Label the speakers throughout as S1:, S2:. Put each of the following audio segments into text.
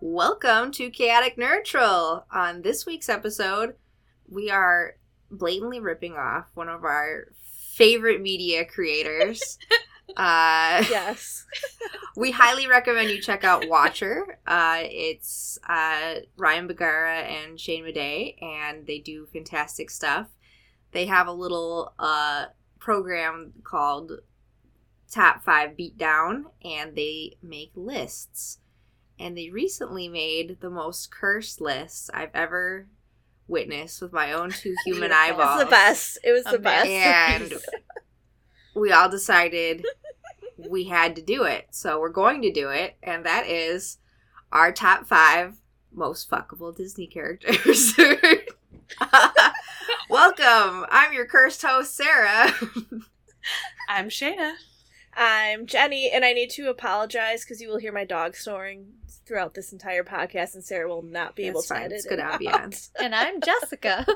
S1: Welcome to Chaotic Nerd Troll. On this week's episode, we are blatantly ripping off one of our favorite media creators. uh,
S2: Yes.
S1: we highly recommend you check out Watcher. Uh, it's uh, Ryan Bagara and Shane Madey, and they do fantastic stuff. They have a little uh, program called Top Five Beatdown, and they make lists. And they recently made the most cursed list I've ever witnessed with my own two human
S3: Beautiful. This
S2: It
S1: eyeballs.
S2: was the best. It was the
S3: Amazing.
S2: best.
S1: And we all decided we had to do it. So we're going to do it. And that is our top five most fuckable Disney characters. Welcome. I'm your cursed host, Sarah.
S3: I'm Shayna.
S2: I'm Jenny, and I need to apologize because you will hear my dog snoring throughout this entire podcast, and Sarah will not be
S1: That's
S2: able to
S1: fine.
S2: edit
S1: It's good
S2: it
S1: ambiance.
S2: out.
S3: And I'm Jessica.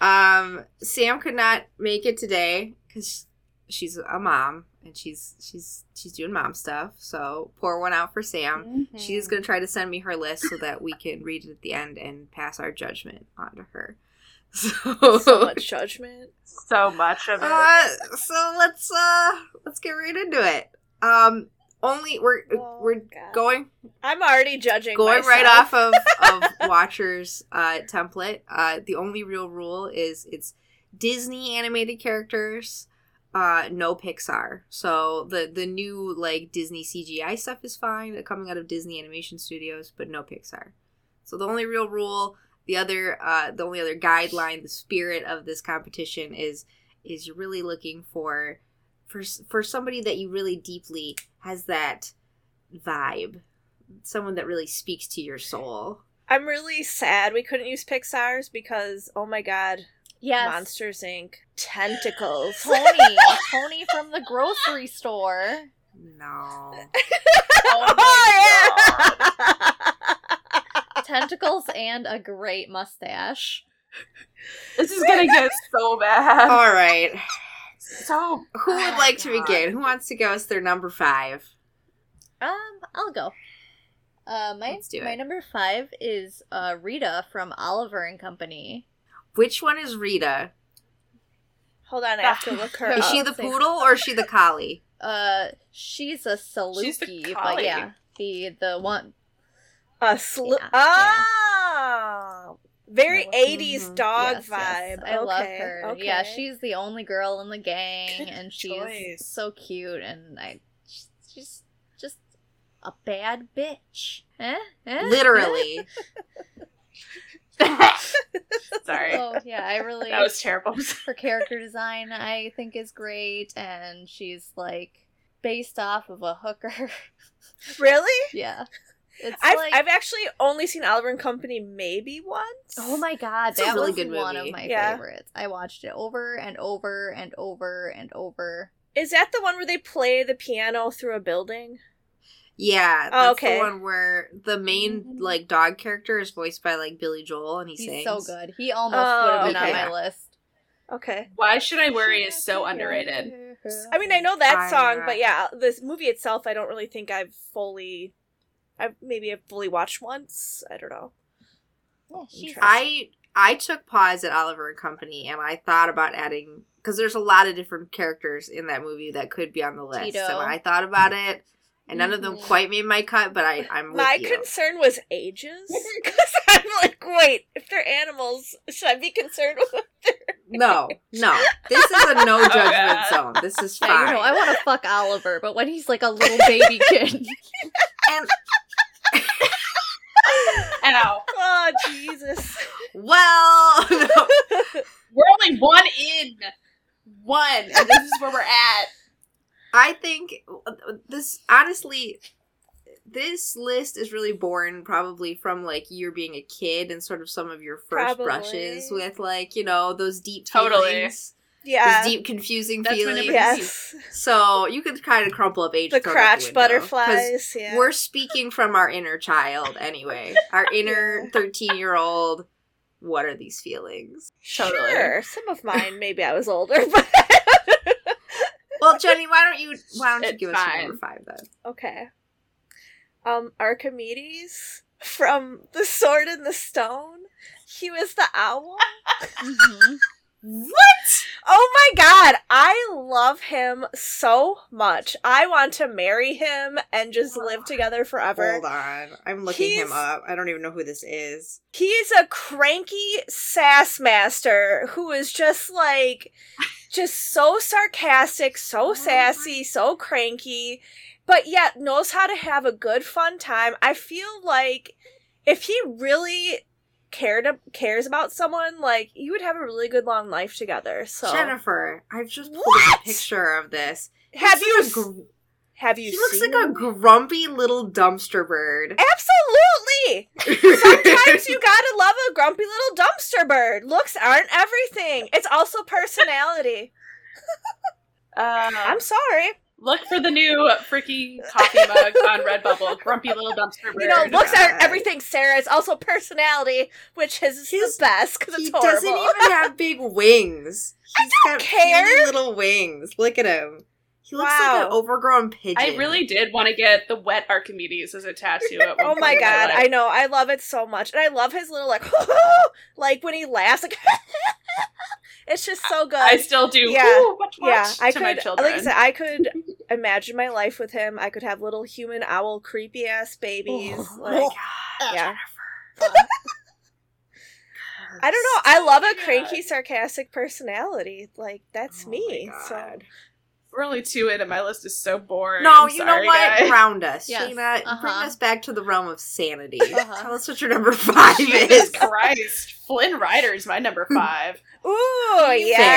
S1: Um, Sam could not make it today because she's a mom and she's she's she's doing mom stuff. So pour one out for Sam.
S2: Mm-hmm.
S1: She's going to try to send me her list so that we can read it at the end and pass our judgment onto her. So,
S2: so much judgment.
S3: so much of
S1: Uh, so let's uh let's get right into it. Um only we're
S2: Oh,
S1: we're
S2: God.
S1: going
S2: I'm already judging.
S1: going right off
S2: myself.
S1: of of Watcher's uh template. Uh the only real rule is it's Disney animated characters uh no Pixar. So the the new like Disney CGI stuff is fine uh, coming out of Disney Animation Studios, but no Pixar. So the only real rule, the other uh the only other guideline, the spirit of this competition is is you're really looking for for s- for somebody that you really deeply has that vibe. Someone that really speaks to your soul.
S2: I'm really sad we couldn't use Pixar's because oh my god,
S3: yes.
S2: Monsters Inc. Tentacles. Oh
S3: Tony. Tony from the grocery store.
S1: No.
S3: Oh
S2: oh
S3: God. Tentacles and a great mustache.
S4: This is gonna get so bad.
S1: All right.
S4: So
S1: Who
S2: Oh
S1: would like to begin? Who wants to give us their number five?
S3: Um, I'll go. Uh, my
S1: Let's do it.
S3: my number five is uh, Rita from Oliver and Company.
S1: Which one is Rita?
S2: Hold on, I have to look her
S1: Is
S2: up.
S1: she the
S3: same.
S1: poodle or is she the collie?
S3: Uh, she's a Saluki,
S4: She's the
S3: but
S4: collie.
S3: yeah, the the one.
S2: A sl-
S3: Yeah.
S2: Ah, very
S3: Mhm.
S2: 80s dog
S3: yes,
S2: vibe.
S3: yes, I love
S2: Okay,
S3: her.
S2: okay.
S3: Yeah, she's the only girl in the gang,
S4: Good
S3: and she's
S4: choice.
S3: so cute, and I she's- she's just a bad bitch. Eh? Eh?
S1: Literally.
S4: sorry,
S3: Oh yeah, I really
S4: that was terrible.
S3: her character design I think is great, and she's like based off of a hooker.
S2: really.
S3: yeah, it's
S2: I've,
S3: like
S2: I've actually only seen Oliver and Company maybe once.
S3: oh my god,
S1: It's a
S3: that
S1: really
S3: was
S1: good
S3: one
S1: movie.
S3: of my
S2: Yeah.
S3: favorites. I watched it over and over and over and over.
S2: Is that the one where they play the piano through a building?
S1: Yeah,
S2: Oh,
S1: that's
S2: okay.
S1: the one where the main
S4: Mhm.
S1: like dog character is voiced by like Billy Joel, and he
S3: He's
S1: sings.
S3: so good. He almost
S2: Oh,
S3: would have been
S1: okay.
S3: on my list.
S2: Okay.
S4: Why should I worry? Is so underrated.
S2: I mean, I know that
S1: I-
S2: song, but yeah, this movie itself, I don't really think I've fully. I maybe I've fully watched once. I don't know.
S3: Yeah, she's-
S1: I I took pause at Oliver and Company, and I thought about adding because there's a lot of different characters in that movie that could be on the list,
S3: Tito.
S1: and I thought about it, and none of them
S3: Mhm.
S1: quite made my cut. But I I'm with
S2: My
S1: you.
S2: concern was ages. Because I'm like, wait, if they're animals, should I be concerned with
S1: no, no, this is a no judgment
S4: God.
S1: zone. This is
S3: I,
S1: fine.
S3: Oh, you know, I want to fuck Oliver, but when he's like a little baby kid,
S1: and
S4: Ow.
S2: Oh, Jesus.
S1: well, no.
S4: We're only one in. One. And this is where we're at.
S1: I think this honestly this list is really born probably from like your being a kid and sort of some of your first
S2: Probably.
S1: brushes with like you know those deep
S4: Totally.
S1: feelings
S2: Yeah.
S1: those deep confusing
S4: That's when it
S1: feelings
S2: yes.
S1: so you could kind of crumple up age
S2: The
S1: thrown out
S2: crotch
S1: window. 'Cause
S2: butterflies. Yeah.
S1: we're speaking from our inner child anyway our inner
S2: Yeah.
S1: 13 year old what are these feelings
S4: Totally.
S2: Sure. Some of mine, maybe I was older, but.
S1: well jenny why don't you why don't you
S4: It's
S1: give us your
S4: fine.
S1: number five then
S2: okay. um Archimedes from The Sword and the Stone. He was the owl.
S1: Mm-hmm.
S3: Mhm.
S4: What?
S2: Oh my god, I love him so much. I want to marry him and just live together forever.
S1: Hold on. I'm looking him
S2: He's-
S1: up. I don't even know who this is.
S2: He's a cranky sass master who is just like just so sarcastic,
S1: Oh
S2: so sassy, so cranky, but yet knows how to have a good fun time. I feel like if he really cared cares about someone, like you would have a really good long life together. So
S1: Jennifer, I've just pulled up
S2: What?
S1: a picture of this.
S2: have
S1: He's
S2: you
S1: such a gr-
S2: have you
S1: he looks
S2: seen
S1: like a
S2: him?
S1: grumpy little dumpster bird.
S2: Absolutely. Sometimes you gotta love a grumpy little dumpster bird. Looks aren't everything. It's also personality.
S4: Uh,
S2: I'm sorry.
S4: look for the new freaking coffee mug on Redbubble. Grumpy little dumpster bird.
S2: You know, looks
S1: God.
S2: aren't everything, Sarah. It's also personality, which his is
S1: His-
S2: the best because
S1: he
S2: it's horrible.
S1: doesn't even have big wings. He's got
S2: care.
S1: puny little wings. Look at him. He looks like
S2: Wow.
S1: an overgrown pigeon.
S4: I really did want to get the wet Archimedes as a tattoo. At one
S2: Oh my
S4: point in
S2: god,
S4: life.
S2: I know. I love it so much. And I love his little like like when he laughs like It's just so good.
S4: I still do.
S2: Yeah.
S4: Ooh, watch, watch
S2: yeah, I
S4: to
S2: could
S4: my children.
S2: like I said, I could imagine my life with him. I could have little human owl creepy ass babies. like yeah. I don't know. I love a cranky, sarcastic personality. Like that's
S1: Oh
S2: me.
S1: my
S2: So
S1: God.
S4: We're only two in, and my list is so boring.
S1: No,
S4: I'm
S1: you know
S4: sorry,
S1: what?
S4: guys.
S1: Ground us,
S3: Yes,
S1: Sheena. Bring
S3: uh-huh.
S1: us back to the realm of sanity.
S3: Uh-huh.
S1: Tell us what your number five
S4: Jesus
S1: is.
S4: Christ. Flynn Rider is my number five.
S2: ooh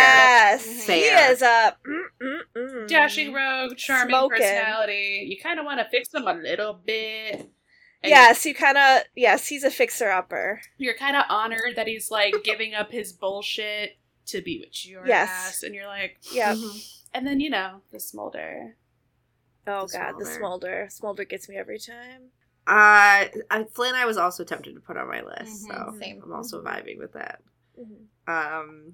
S2: yes,
S1: Fair.
S2: he is a mm, mm, mm.
S4: Dashing rogue, charming
S2: Smoking.
S4: personality. You kind of want to fix them a little bit. And
S2: Yes, you kind of yes. He's a fixer upper.
S4: You're kind of honored that he's like giving up his bullshit to be with your
S2: Yes.
S4: ass. And you're like,
S2: Yeah.
S1: Mhm.
S4: and then, you know, the smolder.
S2: Oh
S1: The
S2: god, the
S1: smolder.
S2: smolder. Smolder gets me every time.
S1: Uh, I, Flynn, I was also tempted to put on my list,
S2: Mm-hmm,
S4: Mhm.
S1: so
S3: Same.
S1: I'm also vibing with that. Mm-hmm.
S2: Mhm.
S1: Um,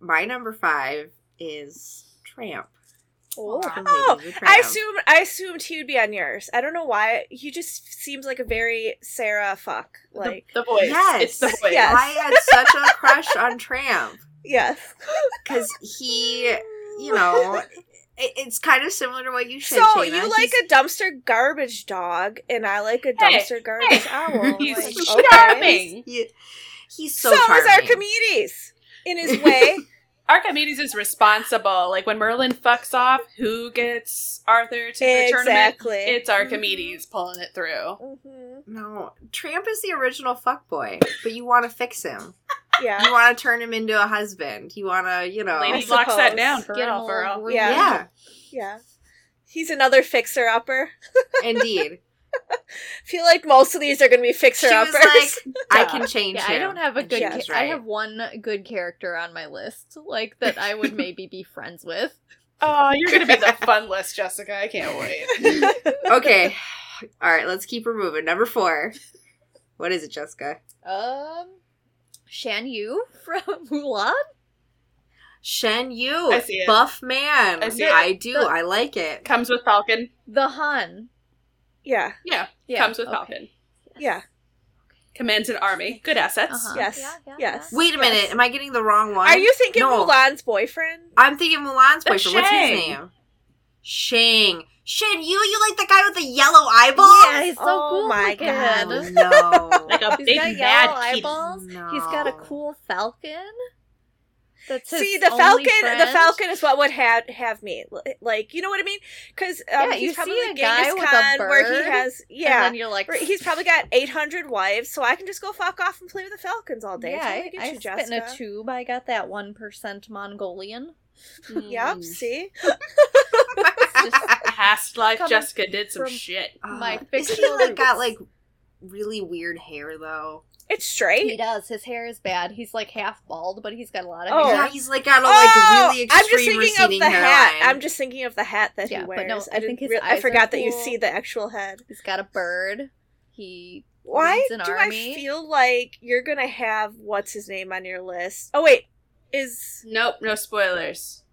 S1: my number five is Tramp.
S2: Oh.
S1: From
S2: Oh,
S1: Lady and the
S2: I
S1: Tramp.
S2: assumed I assumed he would be on yours. I don't know why. He just seems like a very Sarah fuck.
S4: The-
S2: Like
S4: the, voice.
S1: Yes.
S4: It's the voice.
S2: Yes.
S1: I had such a crush on Tramp
S2: yes,
S1: because he, you know, it, it's kind of similar to what you said.
S2: So
S1: Shayna.
S2: you like
S1: He's-
S2: a dumpster garbage dog, and I like a
S4: Hey,
S2: dumpster garbage owl.
S4: He's
S2: Like, okay.
S4: charming.
S1: he- he's
S2: So,
S1: so, charming.
S2: is Archimedes in his way.
S4: Archimedes is responsible. Like when Merlin fucks off, who gets Arthur to the tournament?
S2: exactly.
S4: It's Archimedes pulling it through.
S3: Mm-hmm.
S2: Mhm.
S1: No, Tramp is the original fuckboy, but you want to fix him.
S2: Yeah.
S1: You want to turn him into a husband. You want to, you know.
S4: Lady
S2: I
S4: locks that
S2: suppose.
S4: down. For
S3: Get him
S4: real,
S3: a
S4: for
S3: little
S4: real.
S3: word.
S2: Yeah.
S1: Yeah,
S2: Yeah. He's another fixer upper.
S1: indeed.
S2: feel like most of these are going to be
S1: She
S2: fixer
S1: was
S2: uppers.
S1: like, I
S4: Duh.
S1: can change
S3: Yeah,
S1: him.
S3: I don't have a
S1: And
S3: good.
S1: she
S2: Yeah.
S3: Ca-
S1: was
S3: I
S1: right.
S3: have one good character on my list, like that I would maybe be friends with.
S4: Oh, you're gonna be the fun list, Jessica. I can't wait.
S1: okay. All right, let's keep her moving. Number four. What is it, Jessica?
S3: Um, Shan Yu from Mulan.
S1: Shen Yu.
S4: I see it.
S1: Buff man.
S4: I see it.
S1: do.
S3: The-
S1: I like it.
S4: Comes with Falcon.
S3: The Han.
S2: yeah.
S4: Yeah,
S3: Yeah.
S4: comes with
S3: okay.
S4: Falcon.
S2: Yeah.
S4: Commands an army. Good assets.
S3: Uh-huh.
S2: Yes.
S3: Yeah, yeah,
S2: yes.
S1: Wait a
S2: Yes.
S1: minute. Am I getting the wrong one?
S2: Are you Uh, thinking
S1: No.
S2: Mulan's boyfriend?
S1: I'm thinking Mulan's
S4: That's
S1: boyfriend. What's his
S4: Shang.
S1: name? Shang. Shen Yu. You like the guy with the yellow eyeballs?
S3: Yeah, he's so
S2: Oh
S3: cool.
S2: my
S3: looking.
S2: God.
S1: Oh, no.
S4: Like a
S3: He's
S4: big
S3: got
S4: mad
S3: yellow
S4: kid.
S3: eyeballs.
S1: No.
S3: He's got a cool falcon. That's his
S2: See the falcon.
S3: only
S2: The
S3: friend.
S2: falcon is what would have have me L- like. You know what I mean? Because um,
S3: Yeah,
S2: he's
S3: you
S2: probably
S3: see
S2: like
S3: a guy
S2: Genghis
S3: with a
S2: Khan, where
S3: bird,
S2: he has
S3: And
S2: yeah.
S3: then you're like,
S2: where He's probably got 800 wives, so I can just go fuck off and play with the falcons all day.
S3: yeah,
S2: totally
S3: I,
S2: get
S3: I
S2: you,
S3: spit in a
S2: Jessica.
S3: tube. I got that one percent Mongolian.
S2: Yep, see?
S4: Past life,
S3: Coming
S4: Jessica did some
S3: from-
S4: shit.
S1: Uh,
S3: My
S1: isn't he
S3: fictional
S1: like got like
S3: roots.
S1: really weird hair though?
S2: It's
S3: He
S2: straight.
S3: does. His hair is bad. He's like half bald, but he's got a lot of
S2: Oh.
S3: hair.
S1: Yeah, he's like got a like
S2: Oh,
S1: really
S2: I'm just
S1: extreme
S2: thinking of
S1: receding
S2: the hat.
S1: hairline.
S2: I'm just thinking of the hat that
S3: Yeah,
S2: he
S3: but
S2: wears.
S3: no,
S2: I,
S3: I
S2: didn't
S3: think his
S2: rea- I
S3: eyes are
S2: forgot that you
S3: cool.
S2: see the actual head.
S3: He's got a bird. He
S2: Why
S3: Leads an
S2: do
S3: army.
S2: I feel like you're gonna have what's his name on your list? Oh wait, is
S4: Nope, no spoilers.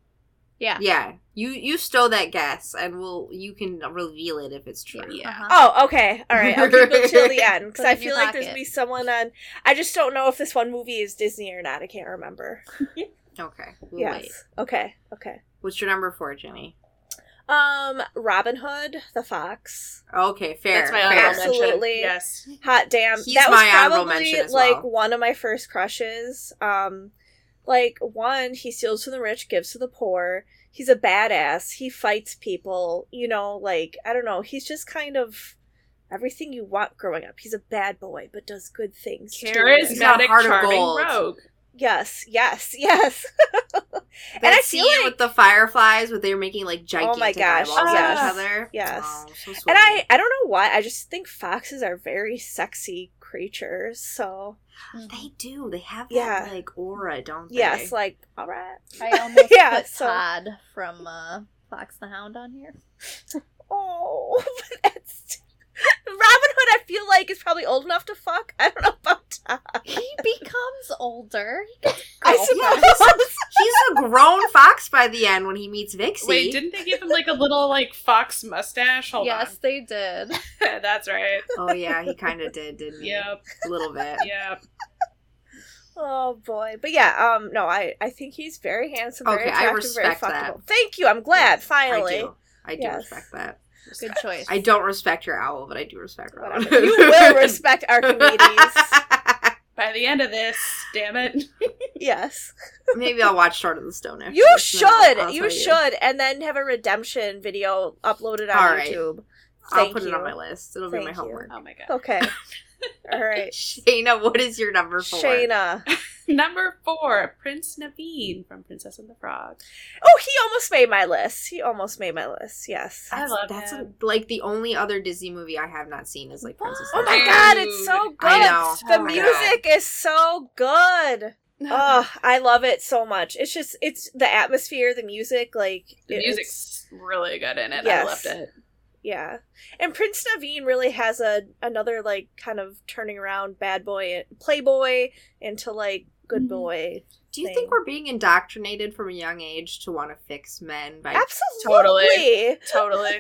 S3: Yeah.
S1: Yeah, you you stole that guess, and we'll you can reveal it if it's true.
S4: Yeah.
S3: Uh-huh.
S2: Oh, okay. All right. I'll keep it till the end because
S3: Put it
S2: I
S3: in your
S2: feel like there's
S3: pocket.
S2: be someone on. I just don't know if this one movie is Disney or not. I can't remember.
S1: Okay, we'll
S2: yes.
S1: wait.
S2: Okay. Okay.
S1: What's your number four, Jenny?
S2: Um, Robin Hood, the fox.
S1: Okay, fair.
S4: That's my
S1: fair.
S4: honorable mention.
S2: Absolutely.
S4: Yes.
S2: Hot damn.
S1: He's
S2: that was
S1: my honorable
S2: probably
S1: mention as
S2: like
S1: well.
S2: one of my first crushes. Um like one, he steals from the rich, gives to the poor. He's a badass. He fights people, you know, like I don't know, he's just kind of everything you want growing up. He's a bad boy, but does good things. too.
S1: He's got a
S4: Charismatic,
S1: heart of
S4: charming
S1: gold.
S4: rogue.
S2: Yes, yes, yes.
S1: That
S2: And I
S1: scene
S2: feel like- Oh
S1: with the fireflies, where they're making like gigantic
S2: my gosh,
S1: eyeballs at
S4: yes.
S1: each other.
S2: Yes.
S1: Oh, so sweet.
S2: And I I don't know why, I just think foxes are very sexy creatures, so
S3: Mm-hmm.
S1: they do. They have that
S2: Yeah.
S1: like aura, don't they?
S2: yes, like all right.
S3: I almost
S2: Yeah,
S3: put
S2: so-
S3: Todd from uh, Fox the Hound on here.
S2: Oh, but that's Robin Hood. I feel like is probably old enough to fuck. I don't know about Todd.
S3: He becomes older. He gets
S2: I
S3: girlfriend.
S2: suppose.
S1: he's a grown fox by the end when he meets Vixie.
S4: Wait, didn't they give him like a little like fox mustache? Hold
S3: yes, they did.
S4: on. That's right.
S1: oh yeah, he kind of did, didn't he?
S4: Yep.
S1: A little bit.
S4: Yep.
S2: Oh boy, but yeah. Um, no, I I think he's very handsome, very
S1: Okay, I
S2: attractive,
S1: respect
S2: very
S1: that.
S2: fuckable. Thank you. I'm glad.
S1: I
S2: Finally,
S1: do. I do
S2: Yes.
S1: respect that.
S3: Good choice.
S1: I don't respect your owl, but I do respect Robin.
S2: Whatever. you will respect Archimedes.
S4: By the end of this, damn it.
S2: yes,
S1: Maybe I'll watch Start of the Stone. After
S2: you
S1: this, and then I'll-
S2: should.
S1: I'll
S2: you
S1: tell
S2: should, and then have a redemption video uploaded on
S1: All right.
S2: YouTube.
S1: I'll
S2: Thank
S1: put it
S2: you.
S1: on my list. It'll be my
S2: Thank you.
S1: homework.
S4: Oh my god.
S2: Okay. All right,
S1: Shayna, what is your number four?
S2: Shayna.
S4: Number four, Prince Naveen from Princess and the Frog.
S2: Oh, he almost made my list. He almost made my list. Yes.
S4: I
S1: That's,
S4: love
S1: that's a-
S4: him.
S1: like the only other Disney movie I have not seen is like Princess.
S2: Oh
S1: and the
S2: my
S1: Frog.
S2: god, it's so good.
S1: I know.
S2: The
S1: Oh my
S2: music is so good. Oh, I love it so much. It's just it's the atmosphere, the music, like
S4: the
S2: it- it's-
S4: music's really good in it.
S2: Yes.
S4: I loved it.
S2: Yeah, and Prince Naveen really has a another like kind of turning around bad boy, playboy into like good
S1: Mm-hmm.
S3: Mhm.
S2: boy.
S1: Do you
S2: Thing.
S1: think we're being indoctrinated from a young age to want to fix men by
S2: Absolutely.
S4: Totally.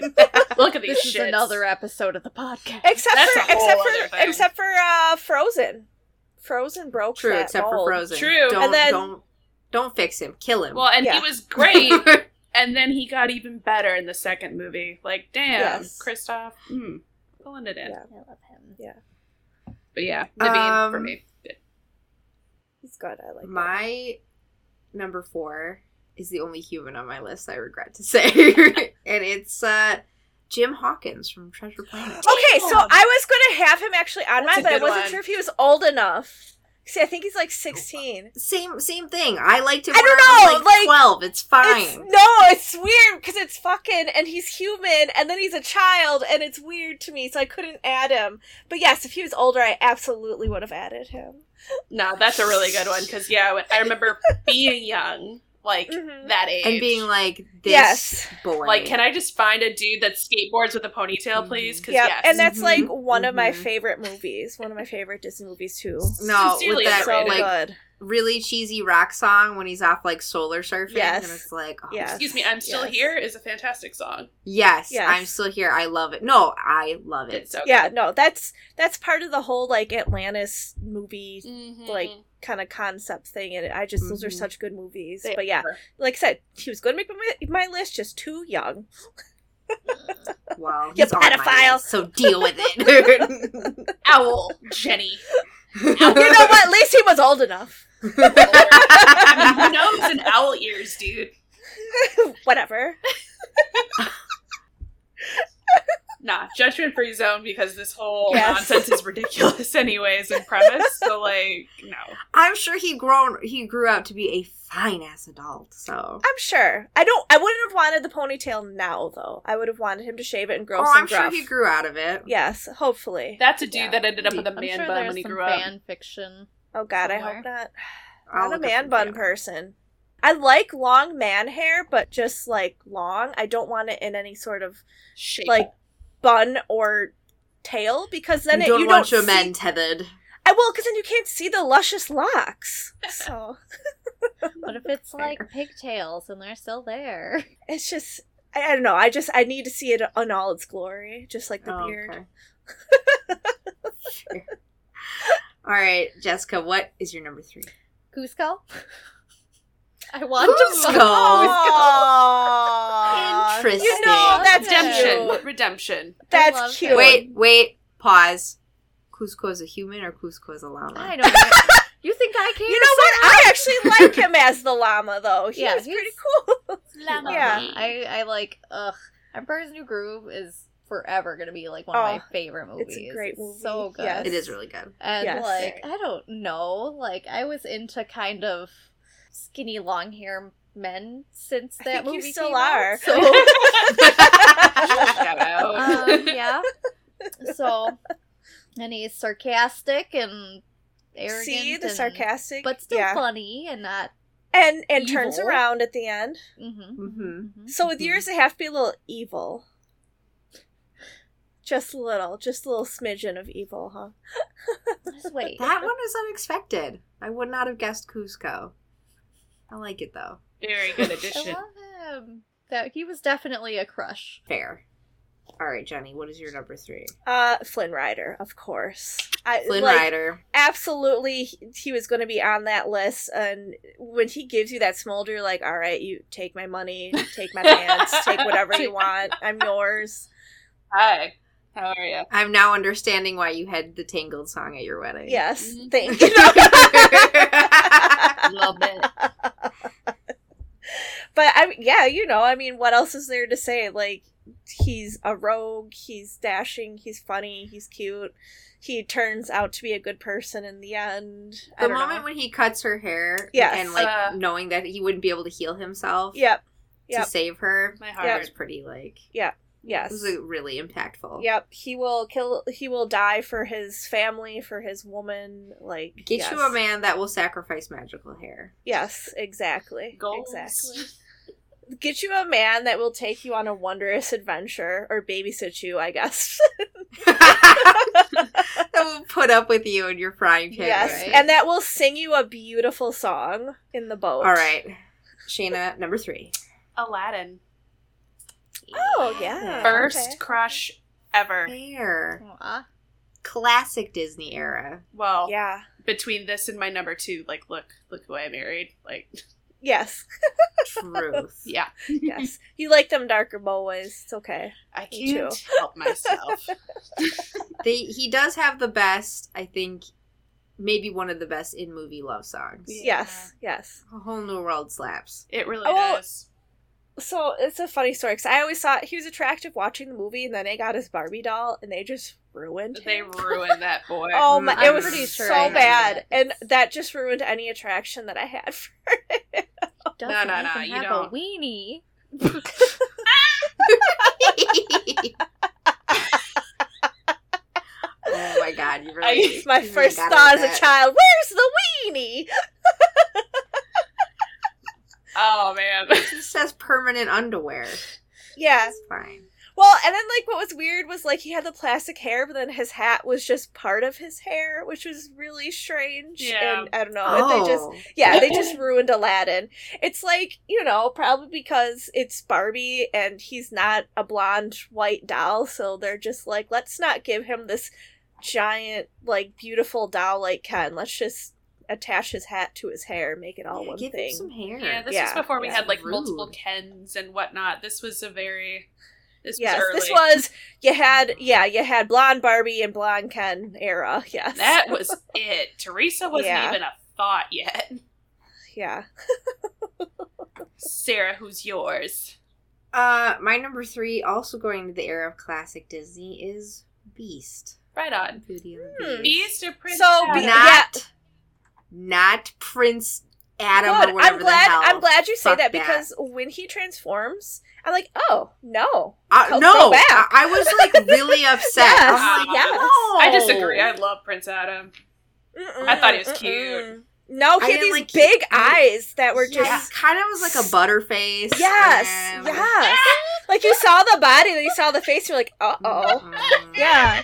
S4: Look at these
S3: this is
S4: shits.
S3: another episode of the podcast.
S2: Except
S4: That's
S2: for
S4: a whole
S2: except
S4: other
S2: for
S4: thing.
S2: except for uh Frozen. Frozen broke
S1: true
S2: that
S1: except for
S2: mold.
S1: Frozen?
S4: True.
S1: Don't
S2: And then-
S1: don't don't fix him. Kill him.
S4: Well, and
S2: Yeah.
S4: he was great, and then he got even better in the second movie. Like, damn,
S2: Yes.
S4: Kristoff, mm, pulling it in.
S2: Yeah.
S3: I love him.
S4: But yeah, Naveen for
S1: Um,
S4: me.
S2: He's good. I like that.
S1: my number four is the only human on my list. I regret to say, and it's uh, Jim Hawkins from Treasure Planet.
S2: Okay, so
S4: Damn.
S2: I was gonna have him actually on
S4: That's
S2: mine,
S4: a
S2: but I
S4: good
S2: wasn't
S4: one.
S2: sure if he was old enough. See, I think he's like sixteen.
S1: Same same thing. I liked him.
S2: I don't
S1: when was,
S2: know, like,
S1: twelve. It's
S2: It's,
S1: fine.
S2: no, it's weird because it's fucking, and he's human, and then he's a child, and it's weird to me, so I couldn't add him. But yes, if he was older, I absolutely would have added him.
S4: No, that's a really good one because yeah, when- I remember being young, like
S2: Mhm.
S4: that age,
S1: and being like this
S2: Yes.
S1: boy.
S4: like, can I just find a dude that skateboards with a
S3: Mm-hmm.
S4: ponytail, please? Because
S2: Yep,
S4: yes, Mm-hmm.
S2: and that's
S1: Mhm,
S2: like one of my
S1: mhm.
S2: favorite movies, one of my favorite Disney movies too.
S1: no with
S4: sincerely
S1: that
S2: so
S4: underrated.
S1: like
S2: good.
S1: really cheesy rock song when he's off like solar surfing?
S2: Yes.
S1: and it's like oh,
S2: Yes.
S4: excuse me, I'm still
S2: Yes.
S4: here is a fantastic song.
S1: Yes,
S2: Yes.
S1: I'm still here. I love it. No, I love it.
S4: It's so
S2: Yeah, no, that's that's part of the whole like Atlantis movie
S4: good. Mhm.
S2: like kind of concept thing and i just those are
S1: Mhm.
S2: such good movies
S4: They
S2: but yeah
S4: are.
S2: like i said he was going to make my, my list just too young
S1: Wow,
S2: You
S1: he's on my
S2: pedophile.
S1: list, so deal with it.
S4: owl Jenny.
S2: you know what at least he was old enough
S4: I mean, who knows an owl ears, dude?
S2: whatever
S4: Nah, judgment free zone because this whole
S2: Yes.
S4: nonsense is ridiculous, anyways, in premise. So like, no.
S1: I'm sure he grown he grew out to be a fine ass adult. So
S2: i'm sure i don't i wouldn't have wanted the ponytail now though i would have wanted him to shave it and grow
S1: oh,
S2: some
S1: I'm
S2: gruff
S1: sure he grew out of it.
S2: yes hopefully
S4: That's a dude
S2: Yeah.
S4: that ended up with a
S3: I'm
S4: man
S3: sure
S4: bun
S3: there's
S4: when he
S3: some
S4: grew up.
S3: fan fiction.
S2: oh god i
S3: Somewhere.
S2: hope not
S1: I'll
S2: not a
S1: look up
S2: man
S1: some
S2: bun
S1: video.
S2: person i like long man hair but just like long i don't want it in any sort of
S4: Shape.
S2: like bun or tail because then
S1: you
S2: it,
S1: don't
S2: you
S1: want
S2: don't
S1: your
S2: see-
S1: men tethered.
S2: I will, because then you can't see the luscious locks. So
S3: What if it's like pigtails and they're still there?
S2: It's just I, I don't know. I just I need to see it in all its glory, just like the
S1: Oh,
S2: beard.
S1: okay. Sure. All right, Jessica, what is your number three?
S3: Cusco? I want to
S1: Cusco.
S2: Aw.
S1: Interesting.
S2: You know that's
S4: Redemption.
S2: cute.
S4: Redemption.
S3: love
S2: That's cute.
S3: that.
S1: Wait, wait, pause. Cusco is a human or Cusco is a llama?
S3: I don't know. You think I care?
S2: You know what? I actually like him as the llama, though. He
S3: Yeah,
S2: was
S3: he's-
S2: pretty cool.
S3: Llama.
S2: Yeah.
S3: I, I like, ugh. Emperor's New Groove is forever going to be like one of my
S2: Oh,
S3: favorite movies.
S2: it's a great movie,
S3: so good.
S2: yes.
S1: It is really good.
S3: And
S2: Yes.
S3: like, I don't know. Like, I was into kind of skinny, long hair men since
S2: I
S3: that
S2: think you
S3: movie
S2: still
S3: came
S2: are.
S3: Out, so
S4: Shout out.
S3: um, yeah. So, and he's sarcastic and arrogant.
S2: See the
S3: and-
S2: sarcastic,
S3: but still
S2: yeah.
S3: funny and not.
S2: and and turns
S3: evil.
S2: around at the end.
S3: Mm-hmm,
S1: Mhm.
S2: So with
S1: Mhm.
S2: yours, they have to be a little evil. Just a little, just a little smidgen of evil, huh?
S3: Just wait.
S1: That one was unexpected. I would not have guessed Cusco. I like it though.
S4: Very good
S3: I
S4: addition.
S3: love him. That he was definitely a crush.
S1: Fair. All right, Jenny, what is your number three?
S2: Uh, Flynn Rider, of course. I,
S1: Flynn
S2: like,
S1: Rider.
S2: Absolutely, he- he was going to be on that list. And when he gives you that smolder, you're like, all right, you take my money, take my pants, take whatever you want. I'm yours.
S4: Hi. How are you?
S1: I'm now understanding why you had the Tangled song at your wedding.
S2: Yes,
S1: Mm-hmm.
S4: Mhm.
S2: thank you.
S4: A little bit.
S2: but I yeah, you know, I mean, what else is there to say? Like he's a rogue, he's dashing, he's funny, he's cute. He turns out to be a good person in the end. I
S1: The
S2: don't
S1: moment
S2: know.
S1: when he cuts her hair
S2: Yes.
S1: and like
S4: Uh.
S1: knowing that he wouldn't be able to heal himself
S2: Yep. yep.
S1: to save her.
S4: My
S1: That
S4: heart.
S1: was pretty like
S2: Yes.
S1: this is like, really impactful.
S2: Yep. He will kill he will die for his family, for his woman, like
S1: Get
S2: yes.
S1: you a man that will sacrifice magical hair.
S2: Yes, exactly.
S4: Goals.
S2: Exactly. Get you a man that will take you on a wondrous adventure or babysit you, I guess.
S1: that will put up with you and your frying pan.
S2: yes.
S3: right.
S2: And that will sing you a beautiful song in the boat.
S1: All right. Shayna, number three.
S4: Aladdin.
S2: Oh yeah.
S4: First
S2: okay.
S4: crush ever.
S1: Fair.
S3: Aw.
S1: Classic Disney era.
S4: Well,
S2: Yeah.
S4: between this and my number two, like, look, look who I married. Like,
S2: Yes.
S1: Truth.
S4: yeah,
S2: Yes. you like them darker boys. It's okay.
S4: I
S2: Me too.
S4: can't help myself.
S1: They, he does have the best, I think, maybe one of the best in movie love songs.
S4: Yeah.
S2: Yes. Yes.
S1: A whole new world slaps.
S4: It really
S2: I will-
S4: does.
S2: So it's a funny story because I always thought he was attractive watching the movie, and then they got his Barbie doll, and they just ruined.
S4: They
S2: him.
S4: ruined that boy.
S2: Oh my!
S1: I'm
S2: It was
S1: pretty
S3: sure
S2: so
S3: I remember
S2: bad,
S3: that.
S2: and that just ruined any attraction that I had for it.
S4: No,
S3: Doesn't
S4: no, no,
S3: even
S4: you
S3: have a
S4: don't.
S3: weenie.
S1: oh my god, you
S4: I-
S1: really
S2: My
S1: you really
S2: first
S1: got
S2: thought
S1: it
S2: as
S1: with
S2: a
S1: that.
S2: child: Where's the weenie?
S4: Oh man.
S1: This says permanent underwear.
S2: Yeah.
S1: That's fine.
S2: Well, and then like what was weird was like he had the plastic hair, but then his hat was just part of his hair, which was really strange.
S4: Yeah.
S2: And I don't know. Oh, They just
S1: Oh.
S2: yeah, they just ruined Aladdin. It's like, you know, probably because it's Barbie and he's not a blonde white doll, so they're just like, let's not give him this giant, like, beautiful doll like Ken. Let's just attach his hat to his hair, make it all
S1: Yeah,
S2: one
S1: give
S2: thing.
S1: him some hair.
S4: Yeah, this
S2: Yeah,
S4: was before we
S1: yeah.
S4: had like
S1: Rude.
S4: multiple Kens and whatnot. This was a very this
S2: yes,
S4: was early.
S2: this was you had yeah, you had blonde Barbie and blonde Ken era. Yes.
S4: that was it. Teresa wasn't
S2: Yeah.
S4: even a thought yet.
S2: yeah.
S4: Sarah, who's yours?
S1: Uh, my number three, also going to the era of classic Disney, is Beast.
S4: Right on.
S1: Beauty and
S2: Hmm.
S1: the Beast.
S4: Beast or Princess?
S2: So,
S1: Not,
S2: Be- yeah.
S1: not Prince Adam
S2: Good.
S1: or whatever
S2: I'm glad
S1: the hell.
S2: I'm glad you say
S1: Fuck
S2: that
S1: that.
S2: because when he transforms, I'm like, oh no.
S1: Uh,
S2: Go-
S1: no,
S2: go back.
S1: I, I was like really upset.
S2: Yes,
S1: I'm like,
S4: yes.
S1: no.
S4: I disagree. I love Prince Adam.
S2: Mm-mm,
S4: I thought he was
S2: mm-mm.
S4: cute.
S2: No,
S1: I
S2: he had
S1: didn't
S2: these
S1: like
S2: big
S1: cute-
S2: eyes that were
S1: Yeah,
S2: just
S1: he kind of was like a butterface.
S2: yes,
S1: and-
S2: yes. Like you saw the body, then you saw the face, you're like, uh oh.
S1: Mm.
S2: Yeah,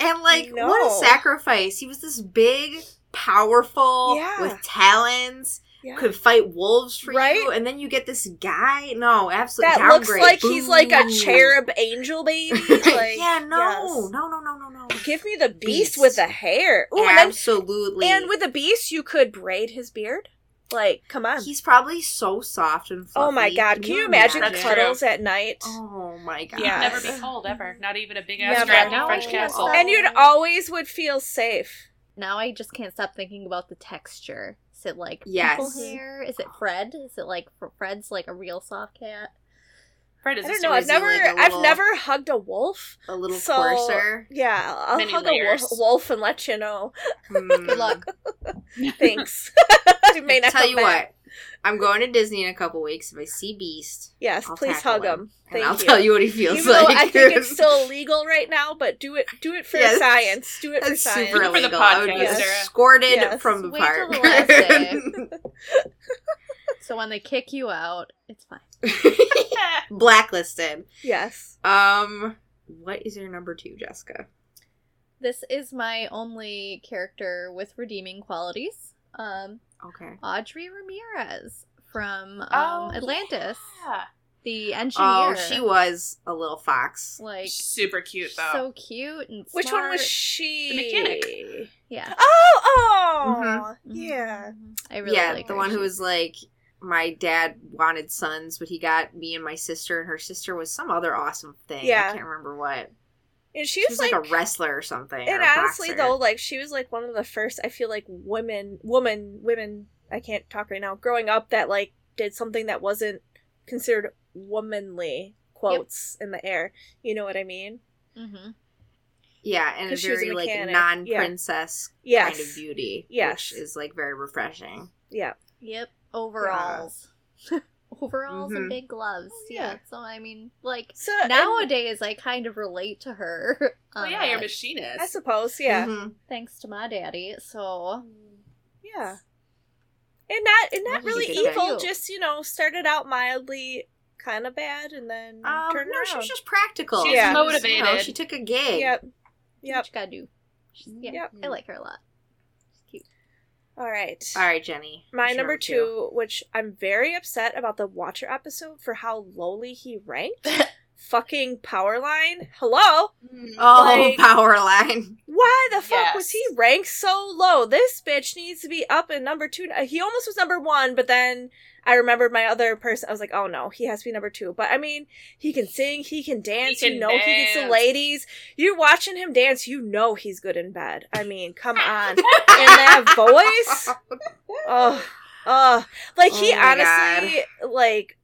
S1: And like,
S2: No.
S1: what a sacrifice! He was this big, powerful,
S2: Yeah.
S1: with talons,
S2: Yeah.
S1: could fight wolves for
S2: Right?
S1: you, and then you get this guy. No, absolutely.
S2: that looks
S1: downgrade.
S2: like he's like a
S1: Boo.
S2: cherub angel baby. Like,
S1: yeah, no,
S2: yes.
S1: no, no, no, no, no.
S2: Give me the beast,
S1: Beast.
S2: with the hair. Ooh, and then
S1: absolutely.
S2: and with the beast, you could braid his beard. Like, come on.
S1: he's probably so soft and fluffy.
S2: Oh my god, can you imagine
S4: That's true.
S2: cuddles at night?
S1: Oh my god.
S2: Yeah.
S4: Never be cold ever. Not even a big ass
S2: Never.
S4: strappy
S3: No,
S4: French
S3: that's
S4: castle.
S3: not-
S2: And you'd always would feel safe.
S3: Now I just can't stop thinking about the texture. Is it like
S1: Yes.
S3: people hair? Is it Fred? Is it like Fred's like a real soft cat?
S4: Fred is
S2: I
S4: a
S2: don't know. I've
S1: Is
S4: story.
S1: he
S2: never,
S1: like a
S2: I've
S1: little-
S2: never hugged a wolf.
S1: A little
S2: So-
S1: coarser.
S2: Yeah, I'll
S4: Many
S2: hug
S4: layers.
S2: a wolf, wolf and let you know.
S4: Mm.
S1: Good
S3: luck.
S2: Thanks. it may not
S1: Tell
S2: come
S1: you
S2: back.
S1: what, I'm going to Disney in a couple weeks. If I see Beast,
S2: Yes,
S1: I'll
S2: please
S1: tackle
S2: hug
S1: him,
S2: him.
S1: and
S2: Thank
S1: I'll tell you what he
S2: Even
S1: feels
S2: though
S1: like.
S2: I think it's still illegal right now, but do it. Do it for
S1: Yes.
S2: science. Do it for
S1: That's
S2: science.
S1: super
S4: For the
S1: illegal. I would be
S2: podcast,
S4: Sarah.
S1: escorted
S2: Yes.
S1: from the
S3: Wait till
S1: park.
S3: the last day. So when they kick you out, it's fine.
S1: Blacklisted.
S2: Yes.
S1: Um, what is your number two, Jessica?
S3: This is my only character with redeeming qualities. Um,
S1: Okay.
S3: Audrey Ramirez from um,
S4: Oh,
S3: Atlantis,
S4: yeah.
S3: the engineer.
S1: Oh, she was a little fox.
S3: like
S4: Super cute though.
S3: so cute and
S2: Which one was
S3: smart.
S2: she?
S4: The mechanic.
S3: Yeah,
S2: Oh, oh,
S1: Mm-hmm.
S3: Mhm.
S2: yeah.
S3: I really
S1: yeah,
S3: like
S1: the
S3: her.
S1: one who
S3: She-
S1: was like, my dad wanted sons, but he got me and my sister, and her sister was some other awesome thing.
S2: Yeah.
S1: I can't remember what.
S2: And she
S1: She
S2: was,
S1: was like,
S2: like,
S1: a wrestler or something.
S2: and
S1: or a
S2: honestly
S1: boxer.
S2: though, like she was like one of the first. I feel like women, women, women. I can't talk right now. Growing up, that like did something that wasn't considered womanly. Quotes in the air. You know what I mean?
S3: Mhm.
S1: yeah, and a
S2: 'cause she was a
S1: very like
S2: mechanic. Yeah.
S1: non princess
S2: Yes.
S1: kind of beauty,
S2: Yes.
S1: which is like very refreshing.
S2: Yeah.
S3: Yep, overalls, overalls
S1: Mhm.
S3: and big gloves.
S4: Oh,
S3: yeah.
S4: yeah.
S3: so I mean, like
S2: So and-
S3: nowadays, I kind of relate to her.
S4: well, Oh, yeah, you're a
S3: uh,
S4: machinist.
S2: I suppose, yeah, Mm-hmm.
S1: Mhm.
S3: thanks to my daddy.
S2: Mm.
S3: So
S2: yeah, and not and not
S1: That was a
S2: really
S1: good
S2: evil.
S3: idea.
S2: Just you know, started out mildly, kind of bad, and then
S1: Um,
S2: turned
S1: no,
S2: around.
S1: she was just practical.
S4: She's
S2: Yeah.
S1: She was, you know,
S4: motivated.
S1: she took a gig.
S2: Yep,
S3: yeah,
S2: yep.
S3: what you gotta do. She's- yeah,
S2: Yep.
S3: I like her a lot. She's cute.
S2: All right.
S1: All right, Jenny.
S2: My
S1: who's your
S2: number two, which I'm very upset about the Watcher episode for how lowly he ranked. Fucking Powerline. Hello?
S3: Hmm.
S1: Oh,
S2: Like-
S1: power line.
S2: Why the fuck was
S4: Yes.
S2: he ranked so low? This bitch needs to be up in number two. Uh, He almost was number one, but then I remembered my other person. I was like, oh no, he has to be number two. But I mean, he can sing, he can dance,
S4: He
S2: you
S4: can
S2: know, he gets the
S4: dance.
S2: ladies. You're watching him dance, you know he's good in bed. I mean, come on. and that voice. Oh, oh, like he
S1: Oh my
S2: honestly, like,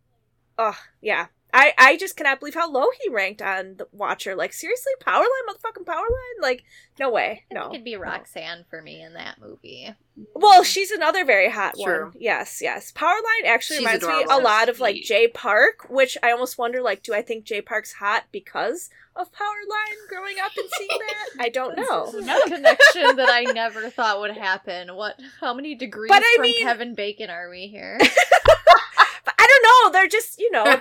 S2: oh yeah. I I just cannot believe how low he ranked on the Watcher. Like seriously, Powerline, motherfucking Powerline. Like no way,
S3: I
S2: no.
S3: think it'd be Roxanne for me in that movie.
S2: Well, she's another very hot
S1: True.
S2: one. Yes, yes. Powerline actually
S1: She's
S2: reminds me a
S1: adorable.
S2: lot of like
S4: Sweet.
S2: Jay Park, which I almost wonder like, do I think Jay Park's hot because of Powerline growing up and seeing that? I don't know.
S3: This is a connection that I never thought would happen. What? How many degrees
S2: But I
S3: from
S2: mean-
S3: Kevin Bacon are we here?
S2: But I don't know. They're just you know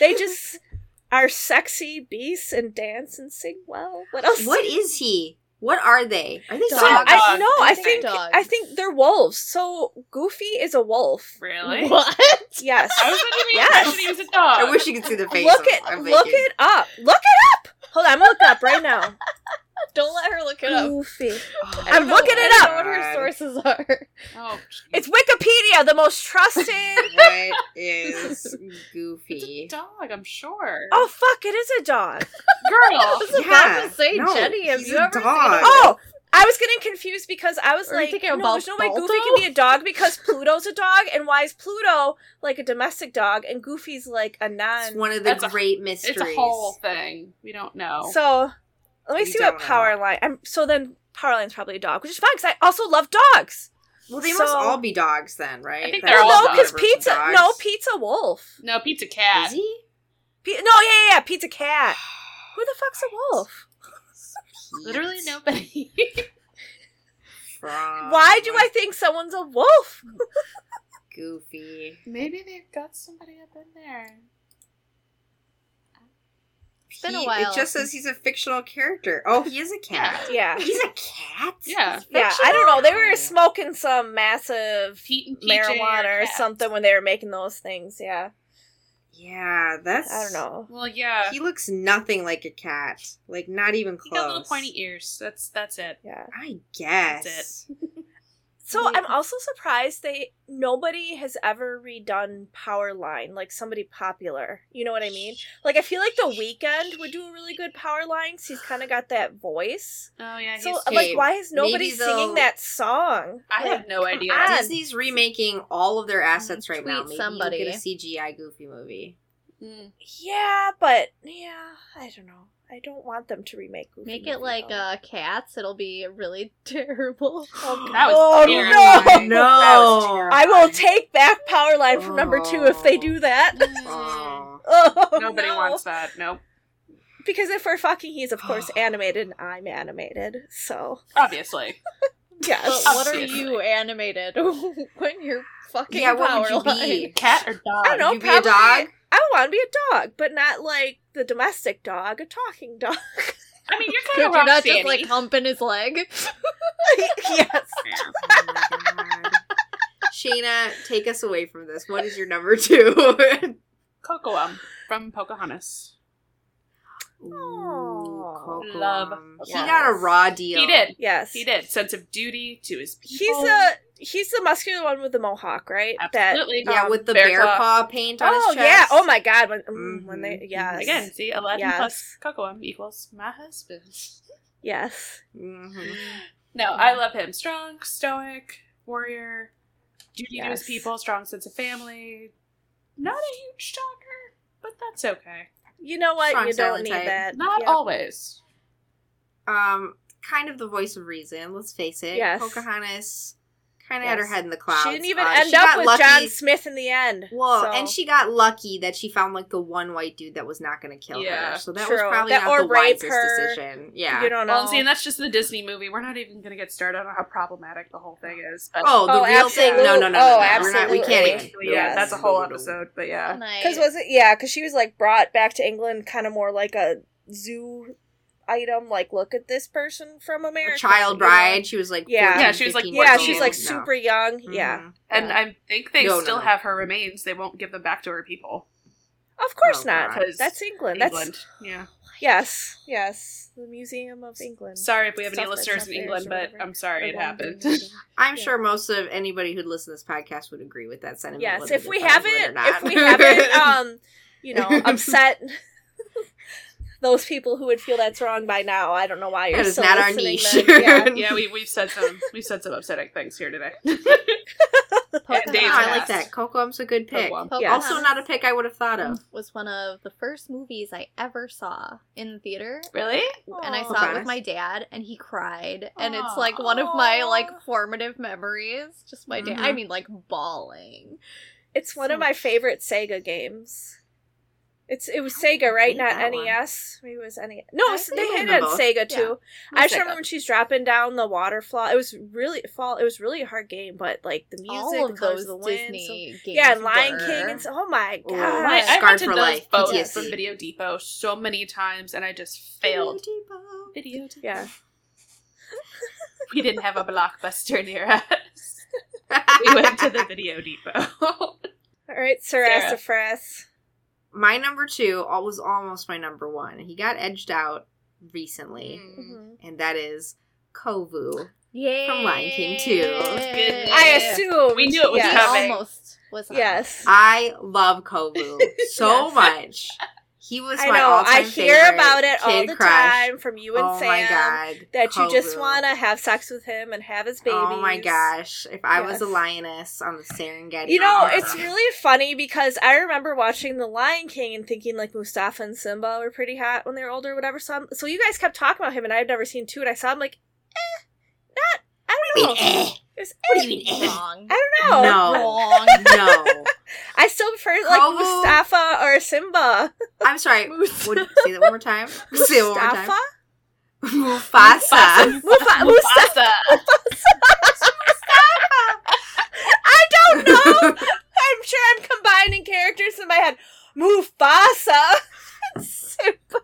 S2: they just are sexy beasts and dance and sing well. What else?
S1: what is he? What are they? Are they
S3: So
S2: So,
S1: dogs?
S2: I
S4: Dogs.
S2: no,
S3: They're
S2: I think
S3: dogs.
S2: I think they're wolves. So Goofy is a wolf.
S4: really?
S3: What?
S2: Yes.
S4: I was under the
S2: Yes.
S4: impression he was a dog.
S1: I wish you could see the face.
S2: look it
S1: I'm- I'm
S2: look
S1: making.
S2: it up. Look it up. Hold on, I'm looking up right now.
S3: Don't let her look it up.
S2: Goofy.
S1: Oh,
S2: I'm
S3: No,
S2: looking
S3: I
S2: it
S3: don't
S2: up.
S3: know what her
S1: God.
S3: sources are.
S4: Oh,
S2: It's Wikipedia, the most trusted.
S1: What is
S4: it's a
S1: Goofy?
S4: dog. I'm sure.
S2: oh fuck, it is a dog.
S3: I
S4: girl.
S3: was
S1: Oh, Yeah,
S3: about to say,
S1: no,
S3: Jenny, have
S1: he's
S3: you
S1: a
S3: ever
S1: dog.
S3: seen
S2: Oh. I was getting confused because I was
S3: Are you
S2: like,
S3: thinking
S2: no,
S3: about
S2: there's no way Goofy
S3: Balto?
S2: can be a dog because Pluto's a dog, and why is Pluto like a domestic dog and Goofy's like a
S1: It's
S2: non?
S1: one of the
S4: That's a-
S1: great mysteries.
S4: It's a whole thing. We don't know.
S2: So let me
S1: We
S2: see what
S1: Oh. don't know.
S2: Powerline. I'm so then Powerline's probably a dog, which is fine because I also love dogs.
S1: well, they
S2: so-
S1: must all be dogs then, right?
S4: I think
S1: That's
S4: they're
S2: Well,
S4: all
S2: no, because
S4: dogs.
S1: the universal
S2: pizza.
S1: dogs.
S2: No, pizza wolf.
S4: no, pizza
S1: Is
S4: cat.
S1: he?
S2: P- no, yeah, yeah, yeah, pizza cat. Who the fuck's a wolf?
S4: Literally nobody.
S1: From
S2: Why do I think someone's a wolf?
S1: Goofy?
S4: Maybe they've got somebody up in there.
S1: Pete.
S3: been a while.
S1: It just says he's a fictional character. Oh, he is a cat.
S2: Yeah.
S1: He's a cat.
S4: Yeah.
S1: He's
S2: Yeah, I
S1: fictional?
S2: don't know. They were smoking some massive
S4: Pete and PJ are
S2: marijuana or
S4: cats.
S2: something when they were making those things. Yeah.
S1: Yeah, that's.
S2: I don't know.
S4: Well, yeah.
S1: He looks nothing like a cat. Like not even
S4: He
S1: close.
S4: got little pointy ears. That's that's it.
S2: Yeah.
S1: I guess.
S2: So
S3: Yeah.
S2: I'm also surprised they nobody has ever redone Powerline like somebody popular. You know what I mean? Like I feel like the weekend would do a really good Powerline. 'cause He's kind of got that voice.
S4: Oh yeah.
S2: So uh,
S4: he's
S2: like,
S1: cute.
S2: why is nobody
S1: Maybe
S2: singing
S1: they'll-
S2: that song?
S4: I have no idea.
S2: on.
S1: Disney's remaking all of their assets right now.
S3: Tweet
S1: Maybe
S3: somebody.
S1: you get a CGI Goofy movie.
S4: Mm.
S2: Yeah, but yeah, I don't know. I don't want them to remake Goofy.
S3: Make
S2: Movie,
S3: it like
S2: though.
S3: uh, cats. It'll be really terrible.
S2: Oh,
S4: That was
S2: oh,
S4: terrifying.
S2: no!
S4: That was terrifying.
S2: I will take back Powerline from number two if they do that.
S1: Oh.
S2: Oh,
S4: mm. Nobody
S2: no.
S4: wants that. Nope.
S2: because if we're fucking, he's of course animated, and I'm animated. So
S4: Obviously.
S3: But
S2: yes,
S1: Oh,
S3: what are
S4: Obviously.
S3: you animated when you're fucking
S1: Yeah, what
S3: power
S1: would you
S3: line?
S1: be?
S4: Cat or dog?
S2: I don't know.
S1: Uh, you be a
S2: probably,
S1: dog?
S2: I want to be a dog, but not like the domestic dog, a talking dog.
S4: I mean, you're kind
S3: Could you
S4: of
S3: not
S4: Roxanne.
S3: just like humping his leg?
S2: yes.
S1: Oh my God. Shayna, take us away from this. What is your number two?
S4: Cocoa um, from Pocahontas.
S1: Ooh, Coco.
S4: Love.
S1: He got a raw deal.
S4: He did.
S2: Yes.
S4: He did. Sense of duty to his
S2: He's
S4: people.
S2: a he's the muscular one with the mohawk, right?
S4: absolutely.
S1: Yeah,
S2: Um,
S1: with the
S4: bear
S1: bear,
S4: claw.
S1: paw paint on
S2: oh
S1: his chest.
S2: yeah. Oh my god. When mm, when they
S1: Mhm.
S2: yes
S4: Again, see, Aladdin
S2: Yes.
S4: plus Cocoa equals my husband.
S2: yes.
S1: Mhm.
S4: No, I love him. Strong, stoic, warrior, duty to his
S2: Yes.
S4: people, strong sense of family. Not a huge talker, but that's okay.
S2: You know what?
S1: Strong
S2: you don't
S1: silent
S2: need
S1: type.
S2: that.
S4: Not
S2: Yeah.
S4: always.
S1: Um, kind of the voice of reason. Let's face it.
S2: Yes.
S1: Pocahontas kind of had her
S2: Yes.
S1: head in the clouds.
S2: She didn't even
S1: Uh,
S2: end
S1: she
S2: up
S1: got
S2: with
S1: lucky-
S2: John Smith in the end.
S1: Well,
S2: so-
S1: and she got lucky that she found like the one white dude that was not going to kill
S4: Yeah,
S1: her. So that
S2: true.
S1: was probably
S2: That-
S1: not
S2: or
S1: the
S2: rape
S1: wisest
S2: her.
S1: decision. Yeah.
S2: you don't know.
S4: Well, and see, and that's just the Disney movie. We're not even going to get started on how problematic the whole thing is. But
S1: Oh, the
S2: Oh,
S1: real thing? No, no, no, no.
S2: absolute-
S1: no.
S2: oh,
S1: We're not, we can't even.
S2: absolutely.
S4: yeah,
S2: Yes. Oh
S4: that's a whole episode. But yeah,
S3: And I-
S2: Because was it? Yeah, because she was like brought back to England, kind of more like a zoo item. Like, look at this person from America.
S1: A child
S2: you know?
S1: bride. She was like,
S2: Yeah.
S1: 14,
S4: Yeah, she was, like,
S1: 15
S2: Yeah,
S1: years
S2: she's
S1: old.
S2: like
S1: No.
S2: super young. Yeah,
S1: Mhm.
S4: and I think they
S1: No, no,
S4: still
S1: no.
S4: have her remains. They won't give them back to her people.
S2: of course
S1: Oh,
S2: not.
S4: God.
S2: That's England.
S4: England, yeah.
S2: That's yes, yes, the Museum of England.
S4: Sorry if we have any
S2: Stuff that's
S4: listeners
S2: up
S4: in
S2: there,
S4: England,
S2: so
S4: but
S2: whatever.
S4: I'm sorry it
S2: Or London.
S4: happened.
S1: I'm
S2: Yeah.
S1: sure most of anybody who'd listen to this podcast would agree with that sentiment.
S2: yes,
S1: whether
S2: if
S1: they
S2: we
S1: thought of it
S2: haven't,
S1: or not.
S2: if we haven't, um, you know, upset. Those people who would feel that's wrong by now, I don't know why you're
S1: That is
S2: still
S1: not our
S2: listening
S1: niche.
S2: then. Yeah.
S4: yeah, we we've said some we've said some upsetting things here today.
S1: Oh,
S3: Pocahontas
S4: Dave's
S1: I like
S4: asked.
S1: that. Cocoam's a
S2: Oh,
S1: good pick.
S4: Cocoam.
S3: Pocahontas
S1: Also, not a pick I would have thought of.
S3: was one of the first movies I ever saw in the theater.
S4: Really?
S3: and I
S2: Aw.
S3: saw it with
S1: Pocahontas.
S3: my dad, and he cried, and it's
S4: Aw.
S3: like one of my like
S2: Aw. Mm-hmm.
S3: formative memories. Just my dad.
S1: Mhm.
S3: I mean, like bawling.
S2: It's one
S3: So-
S2: of my favorite Sega games. It's it was
S1: I don't
S2: Sega, right?
S1: think
S2: Not
S1: that one.
S2: NES. Maybe it was NES. No, it
S3: I
S2: was-
S3: think
S2: they
S1: I
S2: had it on
S1: remember.
S2: Sega
S3: Yeah.
S2: too. I just remember when she's dropping down the waterfall. It was really fall. It was really a hard game, but like the music,
S3: all
S2: the
S3: of
S2: colors
S3: those
S2: of the wind,
S3: Disney
S2: so-
S3: games.
S2: yeah, and Lion
S3: were-
S2: King, and so, oh my
S1: Oh,
S2: god,
S4: My, I
S1: Scarred
S4: rented
S1: for
S4: those
S1: life,
S4: both
S1: PTSD.
S4: from Video Depot so many times, and I just failed. Video Depot.
S2: yeah,
S4: We didn't have a blockbuster near us. We went to the Video Depot.
S2: all right, Sir
S4: Sarah.
S2: Asafras.
S1: my number two al- was almost my number one. He got edged out recently,
S2: Mhm.
S1: and that is Kovu.
S3: Yay!
S1: From Lion King too.
S4: Goodness.
S2: I
S4: Yeah.
S2: assume
S4: We knew it was
S3: He
S2: yes.
S4: coming.
S3: almost was. on
S2: Yes,
S1: I love Kovu so
S2: Yes.
S1: much. He was
S2: I
S1: my
S2: know.
S1: all-time
S2: I hear
S1: favorite
S2: about it all
S1: kid
S2: the
S1: crush.
S2: time from you and
S1: oh
S2: Sam.
S1: my god,
S2: That you just
S1: Kovu.
S2: want to have sex with him and have his babies.
S1: Oh my gosh! If I was a
S2: Yes.
S1: lioness on the Serengeti,
S2: You know,
S1: I'd
S2: it's
S1: be-
S2: really funny because I remember watching The Lion King and thinking like Mustafa and Simba were pretty hot when they were older or whatever. So, I'm, so you guys kept talking about him, and I had never seen two, and I saw him like, eh, not, I
S1: I
S2: don't
S1: mean,
S2: know.
S1: eh,
S2: It was,
S1: What do
S2: eh.
S1: you mean?
S3: that.
S1: eh?
S3: Wrong.
S2: I don't know.
S1: No.
S3: Wrong.
S1: No,
S2: I still prefer like
S1: Kovu-
S2: Mustafa or Simba.
S1: I'm sorry.
S3: Moose.
S1: Would, say that one more time. Say it one more time.
S2: Mustafa,
S1: Mufasa.
S2: Mufa- Mustafa. I don't know. I'm sure I'm combining characters in my head. Mufasa. Simba.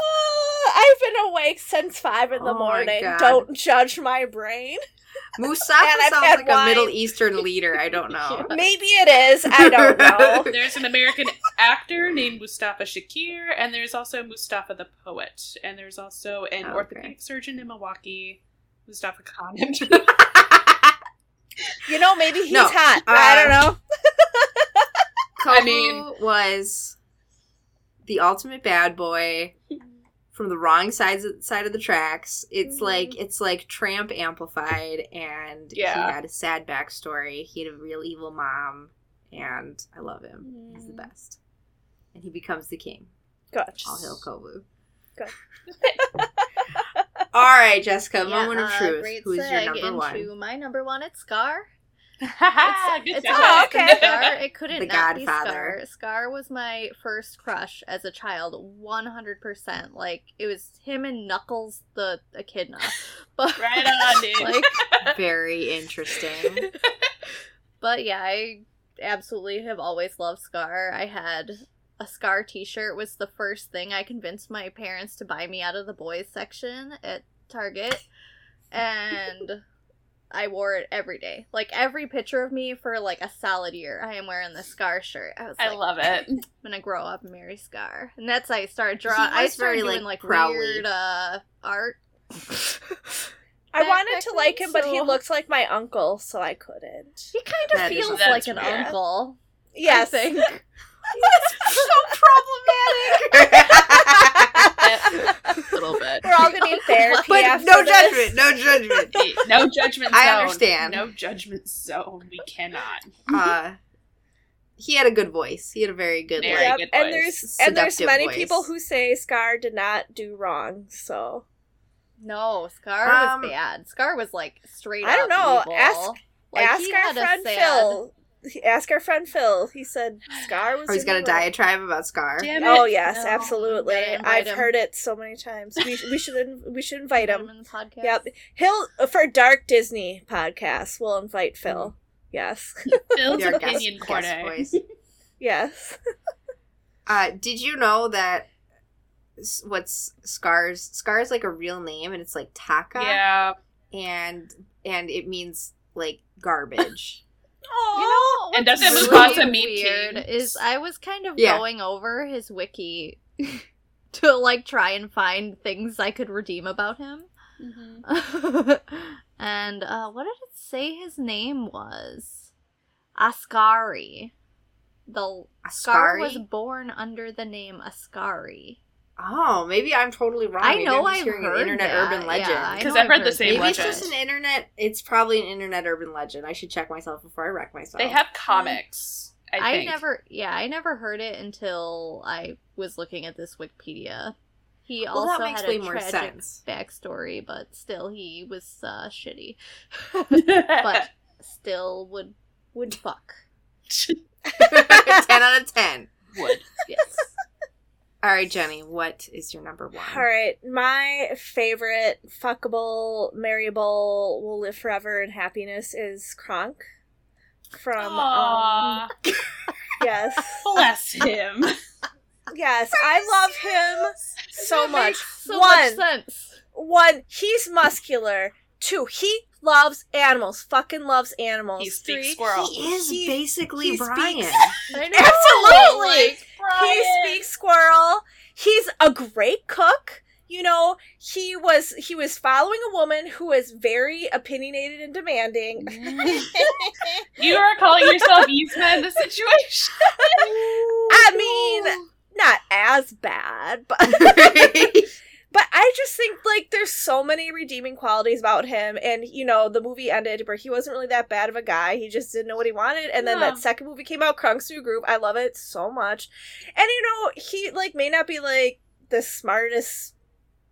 S2: Ah, been awake since five in the
S1: Oh my
S2: morning.
S1: God.
S2: Don't judge my brain. And
S1: Mustafa
S2: I've
S1: sounds
S2: had
S1: like a Middle
S2: wine.
S1: Eastern leader. I don't know.
S2: Maybe it is. I don't know.
S4: There's an American actor named Mustafa Shakir, and there's also Mustafa the poet, and there's also an
S1: Oh, Okay.
S4: orthopedic surgeon in Milwaukee, Mustafa Khan.
S2: You know, maybe he's
S1: No, uh,
S2: hot. I don't know.
S1: Kohu
S4: mean-
S1: was the ultimate bad boy from the wrong sides side of the tracks. It's
S2: Mhm.
S1: like it's like Tramp amplified, and
S4: Yeah.
S1: he had a sad backstory. He had a real evil mom, and I love him. He's the
S3: Mm.
S1: best, and he becomes the king.
S2: Good.
S1: All hail Kovu.
S2: Good.
S1: All right, Jessica,
S3: Yeah,
S1: moment of
S3: uh,
S1: truth.
S3: Great
S1: Who's your
S3: seg
S1: number
S3: into
S1: one?
S3: my number one. It's Scar.
S4: Good
S3: it's
S4: job.
S2: Oh,
S3: always
S2: okay.
S3: been Scar. It couldn't
S1: The
S3: not
S1: Godfather.
S3: be Scar. Scar was my first crush as a child, one hundred percent. Like it was him and Knuckles the Echidna. But
S4: Right on, dude.
S3: like,
S1: Very interesting.
S3: but yeah, I absolutely have always loved Scar. I had a Scar T-shirt was the first thing I convinced my parents to buy me out of the boys section at Target, and. I wore it every day. Like every picture of me for like a solid year, I am wearing the Scar shirt. I was
S4: I
S3: like,
S4: love it.
S3: I'm gonna grow up and marry Scar. And that's how I started
S1: He
S3: drawing. I
S1: was
S3: started
S1: very,
S3: doing
S1: like,
S3: like,
S1: prowly.
S3: weird uh, art.
S2: I
S3: Back-
S2: wanted
S3: back
S2: to
S3: then,
S2: like him, but he
S3: so-
S2: looked like my uncle, so I couldn't.
S3: He kind of
S1: That is
S3: feels
S4: awesome.
S3: like an
S4: That's weird.
S3: uncle.
S2: Yes.
S3: I think.
S2: so
S4: A little bit.
S2: We're all gonna need therapy.
S1: but
S2: after
S1: no
S2: this.
S1: judgment. No judgment.
S4: No judgment zone.
S1: I understand.
S4: No judgment zone. We cannot.
S1: uh he had a good voice he had a very good
S4: Very
S1: like
S2: Yep,
S4: good
S2: and
S4: voice.
S2: there's and there's
S1: Seductive
S2: many
S1: voice.
S2: people who say Scar did not do wrong. So
S3: No, Scar
S1: Um,
S3: was bad. Scar was like straight.
S2: I don't
S3: up
S2: know.
S3: evil.
S2: Ask-
S3: Like,
S2: ask
S3: he
S2: our
S3: had a
S2: friend
S3: sad-
S2: Phil. He- Ask our friend Phil. He said Scar was.
S1: or Oh, he's
S2: in the
S1: got a
S2: wrong.
S1: diatribe about scar
S4: Damn it.
S2: Oh yes,
S3: No,
S2: absolutely.
S3: gotta invite
S2: I've
S3: him.
S2: heard it so many times. We, sh- we should in- we should invite him.
S3: in the podcast.
S2: Yep, he'll uh, for dark Disney podcasts. We'll invite
S3: Mm.
S2: Phil. Yes,
S4: Phil's
S1: Your guest-
S4: opinion
S1: guest
S4: corner.
S1: voice.
S2: yes.
S1: uh did you know that s- what's scar's scar is like a real name and it's like taka
S4: Yeah.
S1: and and it means like garbage
S3: You know,
S4: And
S3: Oh, what's
S4: doesn't
S3: really
S4: Mufasa meet
S3: weird
S4: teens?
S3: Is I was kind of
S1: Yeah.
S3: going over his wiki to like try and find things I could redeem about him.
S4: Mm-hmm.
S3: and uh, what did it say his name was? Ascari. The Scar
S1: Ascari?
S3: was born under the name Ascari.
S1: oh maybe i'm totally wrong
S3: I
S1: Maybe
S3: know
S1: I'm just
S3: I've
S1: hearing an
S3: heard
S1: internet
S3: that.
S1: urban legend
S3: Yeah, I
S4: Because
S3: know
S4: I've heard the
S3: heard
S4: same
S1: Maybe
S3: that.
S1: it's just an
S4: legend.
S1: internet. It's probably an internet urban legend. I should check myself before I wreck myself.
S4: They have comics. I,
S3: I,
S4: think.
S3: never, yeah, I never heard it until I was looking at this Wikipedia. He
S1: Well,
S3: also
S1: that makes
S3: had
S1: way
S3: a
S1: more
S3: tragic
S1: sense.
S3: backstory, but still, he was uh, shitty.
S4: but
S3: But still, would would fuck.
S1: ten out of ten.
S4: would.
S3: Yes.
S1: All right, Jenny, what is your number one?
S2: All right, my favorite fuckable, marryable, will live forever in happiness is Kronk from. Um,
S4: Aw,
S2: yes,
S4: bless him.
S2: yes, I love him so
S3: That
S2: much.
S3: makes So
S2: One,
S3: much sense.
S2: one, he's muscular. Two, he loves animals. Fucking loves animals.
S4: He
S2: Three,
S4: speaks squirrel.
S1: He is
S2: Oh, He-
S1: basically
S2: he
S1: Brian.
S2: speaks-
S3: I
S2: Absolutely!
S3: like,
S2: he speaks squirrel he's a great cook you know he was he was following a woman who is very opinionated and demanding
S4: You are calling yourself Yzma in this situation.
S2: i mean not as bad but but i just think like there's so many redeeming qualities about him and you know the movie ended where he wasn't really that bad of a guy he just didn't know what he wanted and then
S4: Yeah.
S2: that second movie came out Krunk's New Groove I love it so much and you know he like may not be like the smartest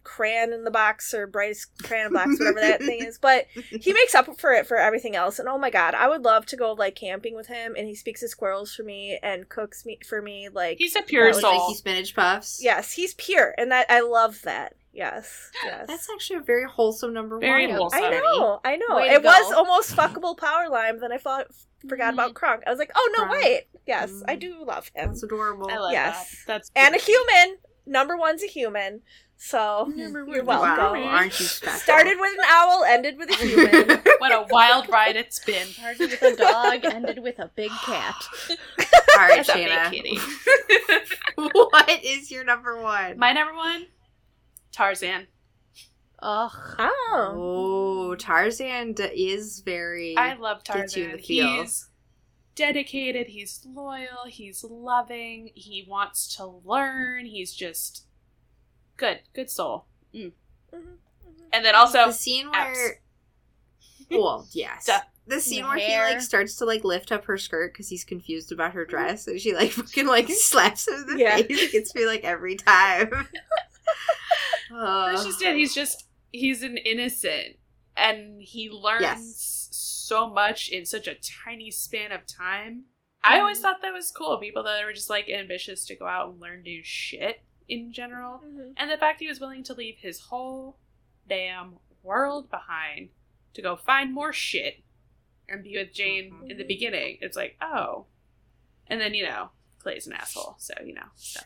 S2: crayon in the box or brightest crayon in the box whatever that thing is but he makes up for it for everything else and oh my god I would love to go like camping with him and he speaks his squirrels for me and cooks me for me like
S4: He's a
S1: That
S4: pure
S1: was
S4: soul.
S1: Mickey spinach puffs.
S2: Yes, he's pure, and that I love that. Yes, yes.
S1: that's actually a very wholesome number
S4: Very
S1: one.
S4: wholesome.
S2: I know, I know.
S3: Way to
S2: It was
S3: go.
S2: almost fuckable power line, but then I thought, forgot about Kronk. I was like, oh no,
S1: Mm-hmm. Kronk.
S2: wait. Yes, I
S1: Mm.
S2: do love him.
S1: That's adorable.
S4: I love
S2: Yes.
S4: that. That's
S2: And a human. number one's a human, so
S4: Number one.
S2: you're
S1: Wow,
S2: welcome.
S1: aren't you special?
S2: Started with an owl, ended with a human.
S4: What a wild ride it's been.
S3: Started with a dog, ended with a big cat.
S1: All right,
S4: That's a big
S1: Shayna.
S4: kitty.
S1: What is your number one?
S4: My number one, Tarzan.
S3: Ugh.
S2: oh,
S1: oh, Tarzan d- is very.
S4: I love
S1: Gets you in
S4: Tarzan.
S1: the feels.
S4: He's dedicated, he's loyal, he's loving, he wants to learn, he's just good, good soul.
S2: Mhm, mhm.
S4: And then also
S1: the scene where. Well, yes.
S4: Duh.
S1: The scene
S3: The
S1: where he
S3: hair.
S1: like starts to like lift up her skirt because he's confused about her dress, and she like fucking like slaps him in the
S2: Yeah.
S1: face. It gets me like every time.
S4: that's
S1: Oh.
S4: just it. He's just he's an innocent and he learns
S1: Yes.
S4: so much in such a tiny span of time. I always thought that was cool. People that were just like ambitious to go out and learn new shit in general.
S2: Mhm.
S4: And the fact he was willing to leave his whole damn world behind to go find more shit and be with Jane in the beginning, it's like, oh. And then, you know, Clay's an asshole, so, you know. So.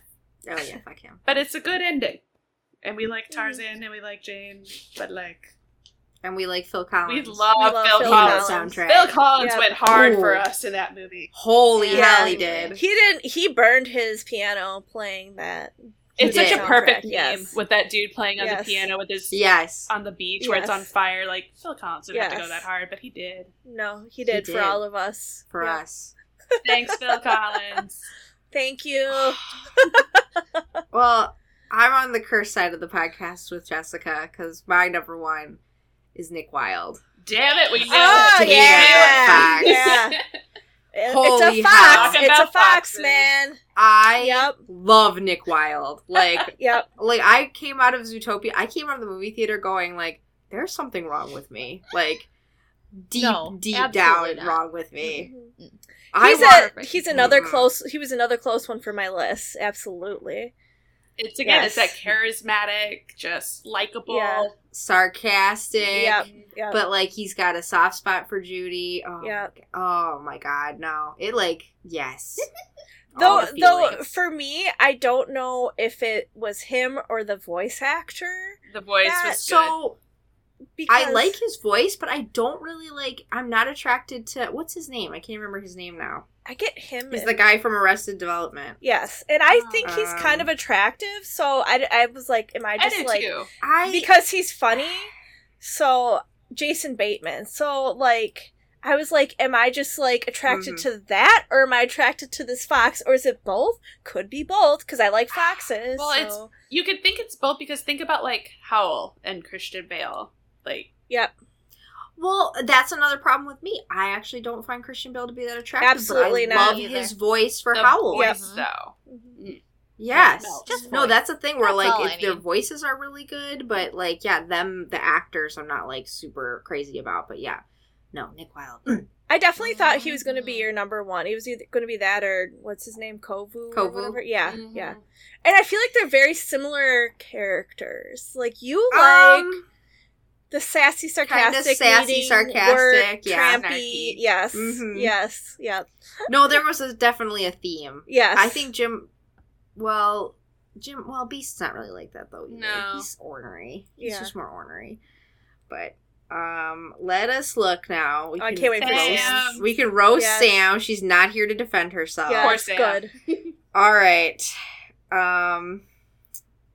S1: oh yeah, fuck him.
S4: But it's a good ending. And we like Tarzan and we like Jane, but like,
S1: And we like Phil Collins.
S4: we love,
S2: We love
S4: Phil,
S2: Phil
S4: Collins.
S2: Collins.
S1: soundtrack.
S4: Phil Collins
S2: Yeah.
S4: went hard for
S1: Ooh.
S4: us in that movie.
S1: Holy
S2: Yeah.
S1: hell, he did.
S2: he didn't. He burned his piano playing that.
S4: It's
S1: He
S4: such
S1: did.
S4: a perfect
S2: Soundtrack,
S4: meme
S2: yes.
S4: with that dude playing on
S2: Yes.
S4: the piano with his
S1: Yes.
S4: on the beach where it's
S2: Yes.
S4: on fire. Like Phil Collins didn't have to go
S2: Yes.
S4: that hard, but he did.
S2: No, he did,
S1: He
S2: for
S1: did.
S2: all of us.
S1: For
S2: Yeah.
S1: us.
S4: Thanks, Phil Collins.
S2: Thank you.
S1: Well, I'm on the curse side of the podcast with Jessica because my number one is Nick Wilde.
S4: Damn it, we knew
S2: Oh,
S4: it.
S1: yeah.
S4: We knew it.
S2: Yeah. It- it's
S1: Holy
S2: a fox.
S4: hell.
S2: It's a fox,
S4: About foxes.
S2: man.
S1: I
S2: Yep.
S1: love Nick Wilde. Like,
S2: Yep.
S1: like I came out of Zootopia. I came out of the movie theater going like, "There's something wrong with me." Like, deep,
S3: No,
S1: deep
S3: absolutely
S1: down,
S3: not.
S1: wrong with me.
S2: Mhm.
S1: I
S2: He's
S1: want-
S2: a, he's another
S1: Mhm.
S2: close. He was another close one for my list. Absolutely.
S4: It's again, it's that
S2: Yes.
S4: charismatic, just likable.
S2: Yeah.
S1: sarcastic.
S2: Yep. Yep.
S1: But like he's got a soft spot for Judy. Oh,
S2: Yep.
S1: my, God. oh my god, no. It like yes. All
S2: though,
S1: the
S2: though,
S1: feelings.
S2: for me, I don't know if it was him or the voice actor.
S4: The voice
S2: That-
S4: was good.
S1: so
S2: Because
S1: I like his voice, but I don't really like. I'm not attracted to what's his name. I can't remember his name now.
S2: I get him.
S1: He's
S2: in-
S1: the guy from Arrested Development.
S2: Yes, and I think he's
S1: Um,
S2: kind of attractive. So I, I was like, am I
S4: I
S2: just
S4: did
S2: like
S4: too.
S1: I
S2: because he's funny? So Jason Bateman. So like. I was like, am I just like attracted
S1: Mhm.
S2: to that or am I attracted to this fox or is it both? Could be both because I like foxes.
S4: Well, it's-
S2: so-
S4: You could think it's both because think about like Howl and Christian Bale. Like
S2: Yep.
S1: well, that's another problem with me. I actually don't find Christian Bale to be that attractive.
S2: Absolutely
S1: but
S2: not
S1: I love
S3: either.
S1: his voice for
S4: the
S1: Howl.
S4: voice
S3: Yep.
S4: though.
S1: Yes.
S4: No,
S3: Just
S1: No,
S3: voice.
S1: that's the thing where
S3: That's all
S1: like
S3: I
S1: if their
S3: need.
S1: voices are really good, but like yeah, them the actors I'm not like super crazy about, but yeah. No, Nick Wilde. Mm.
S2: I definitely thought he was going
S1: Mm-hmm.
S2: to be your number one. He was either going to be that or what's his name, Kovu. Or
S1: Kovu. Mm-hmm.
S2: whatever. Yeah,
S4: Mhm.
S2: yeah. And I feel like they're very similar characters. Like you like
S1: Um,
S2: the sassy, sarcastic,
S1: sassy,
S2: needing,
S1: sarcastic,
S2: work,
S1: yeah.
S2: trampy.
S4: Snarky.
S2: Yes,
S1: Mhm.
S2: yes, yep,
S1: no, there was a, definitely a theme.
S2: yes.
S1: I think Jim well Jim well Beast's not really like that though. either.
S4: No.
S1: He's ornery. He's
S2: Yeah.
S1: just more ornery. But um let us look now. We
S2: I can't wait
S4: for
S1: roast-
S4: Sam.
S1: We can roast
S2: Yes.
S1: Sam. She's not here to defend herself.
S2: yes,
S4: Poor Sam.
S2: good.
S1: All right. Um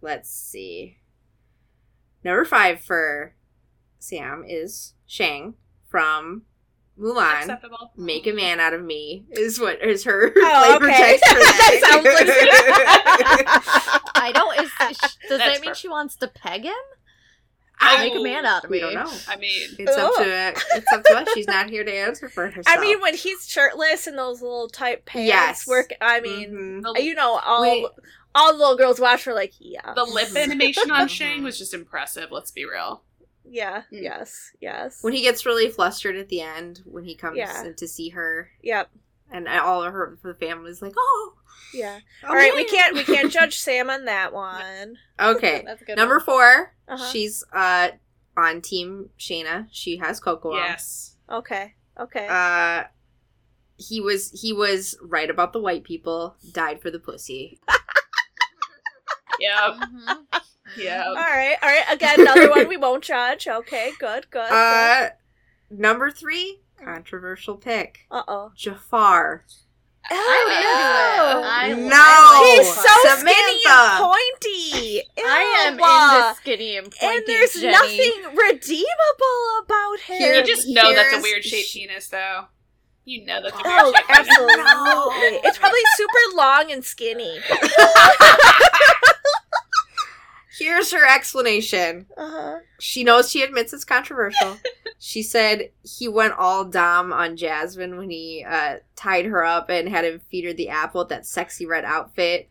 S1: let's see. Number 5 for Sam is Shang from Mulan.
S4: Acceptable.
S1: Make a man out of me is what is her
S2: Oh,
S1: flavor
S2: okay.
S1: text for that.
S3: I don't. Is, is she- does
S4: That's
S3: that mean
S4: her.
S3: she wants to peg him?
S4: I
S3: Make a man out of me.
S1: we don't know.
S4: I mean,
S1: It's up to it's up to us. She's not here to answer for herself.
S2: Oh. I mean, when he's shirtless and those little tight pants
S1: Yes.
S2: work, I mean,
S1: Mhm.
S4: the,
S2: you know, all
S1: Wait.
S2: all the little girls watch her like, yeah,
S4: the lip animation on Shang was just impressive. Let's be real.
S2: yeah,
S4: Mm.
S2: yes, yes,
S1: when he gets really flustered at the end when he comes
S2: Yeah.
S1: in to see her
S2: yep,
S1: and all of her the family's like, "Oh,
S2: yeah.
S1: oh,
S2: All right, we
S1: yeah."
S2: can't we can't judge Sam on that one.
S1: Okay.
S3: That's a good.
S1: Number
S3: one.
S1: 4
S2: Uh-huh.
S1: she's uh on team Shayna. She has Coco. on.
S4: Yes.
S2: Okay, okay.
S1: Uh, he was he was right about the white people. Died for the pussy.
S4: Yep.
S3: Mhm.
S2: All
S4: Yep.
S2: right, all right. Again, another one we won't judge. Okay, good, good. Uh
S1: Uh, number three, controversial pick.
S2: oh.
S1: Jafar.
S3: I'm into it. I,
S1: Oh, No!
S3: I like
S2: He's
S1: Oh,
S3: Jafar.
S2: so skinny and
S1: Samantha.
S2: pointy.
S3: I am
S2: Ew.
S3: into skinny and pointy.
S2: and there's
S3: Jenny.
S2: nothing redeemable about him.
S1: Here-
S4: You just know that's a
S1: Here's-
S4: weird shaped penis, though. You know that's a weird
S2: Oh,
S4: shaped penis.
S2: absolutely. it's probably super long and skinny.
S1: Here's her explanation.
S2: Uh-huh.
S1: She knows she admits it's controversial. she said he went all dom on Jasmine when he uh, tied her up and had him feed her the apple with that sexy red outfit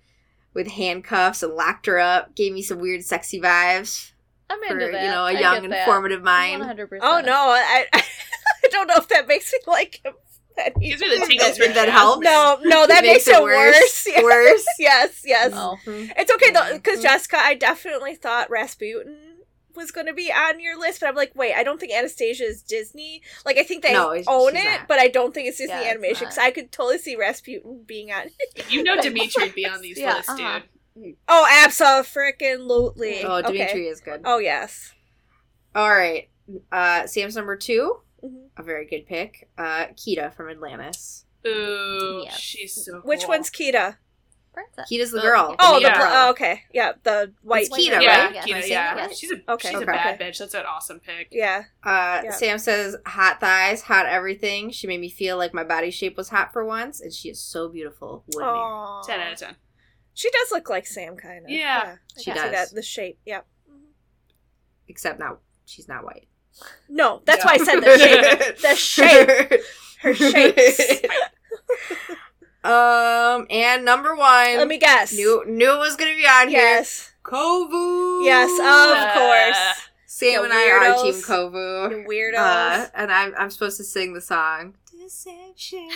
S1: with handcuffs and locked her up. Gave me some weird sexy vibes
S3: I'm
S1: for
S3: into that.
S1: you know
S3: I
S1: a
S3: get
S1: young
S3: that.
S1: informative mind.
S3: 100%.
S2: Oh no, I, I don't know if that makes me like him. That he-
S4: Gives me the tingles for
S1: Did that help?
S2: no, no, that makes, it worse. Yes,
S1: Worse.
S2: yes, yes.
S3: Oh. Mm-hmm.
S1: Mhm.
S2: It's okay though, because
S1: Mhm.
S2: Jessica, I definitely thought Rasputin was going to be on your list, but I'm like, wait, I don't think Anastasia is Disney. Like, I think they
S1: No, it's-
S2: own
S1: she's
S2: it,
S1: not.
S2: but I don't think it's Disney
S3: Yeah, it's
S2: animation. Because
S3: not.
S2: I could totally see Rasputin being on.
S4: You know Dimitri'd be on these
S3: Yeah,
S4: lists,
S3: uh-huh.
S4: dude.
S2: Oh, absolutely.
S1: Oh,
S2: Okay.
S1: Dimitri is good.
S2: Oh yes.
S1: All right. Uh, Sam's number two.
S2: Mhm.
S1: A very good pick. Uh, Kita from Atlantis.
S4: Ooh,
S3: Yes.
S4: she's so.
S2: Which
S4: cool.
S2: one's Kita?
S3: Princess.
S1: Kita's the
S3: Oh,
S1: girl.
S3: yeah.
S2: Oh,
S4: Yeah.
S2: the bl- oh, okay. Yeah, the white
S1: It's Kita,
S4: Yeah,
S1: right?
S3: Yeah.
S4: Kita,
S1: Yes.
S4: yeah.
S3: Yes.
S4: She's a
S2: Okay.
S4: she's a
S1: Okay.
S4: bad bitch. That's an awesome pick.
S2: Yeah.
S1: Uh,
S2: Yeah.
S1: Sam says, "Hot thighs, hot everything." She made me feel like my body shape was hot for once, and she is so beautiful. Would marry.
S2: Aw.
S4: Ten out of ten.
S2: She does look like Sam, kind of.
S4: Yeah,
S1: she
S2: I can
S1: does.
S2: see that the shape. Yeah.
S1: except now she's not white.
S2: No, that's
S4: Yeah.
S2: why I said the shape. The shape. Her shapes.
S1: um, and number one,
S2: Let me guess.
S1: knew knew it was gonna be on here.
S2: yes.
S1: Kovu.
S2: Yes.
S4: Uh,
S2: Of course.
S1: Sam
S2: you
S1: and I are
S2: weirdos.
S1: Team Kovu.
S2: You weirdos.
S1: Uh, and I'm, I'm supposed to sing the song. Deception,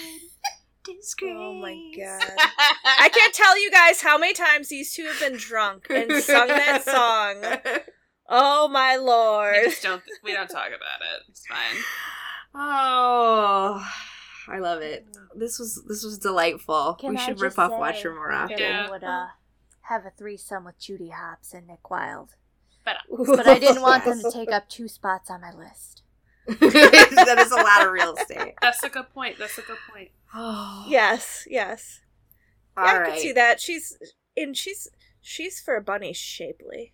S1: disgrace.
S2: oh my god. I can't tell you guys how many times these two have been drunk and sung that song. Oh my
S4: We
S2: lord.
S4: just don't. We don't talk about it. It's fine.
S1: oh, I love it. This was this was delightful.
S3: Can
S1: we
S3: I
S1: should
S3: just
S1: rip off
S3: say-
S1: Watcher more often.
S4: Yeah.
S3: would uh, have a threesome with Judy Hopps and Nick Wilde.
S1: But
S3: take up two spots on my list.
S1: that is a lot of real estate.
S4: That's a good point. That's a good point.
S1: Oh,
S2: Yes. Yes.
S1: All
S2: yeah,
S1: right.
S2: I can see that. She's and she's she's for a bunny shapely.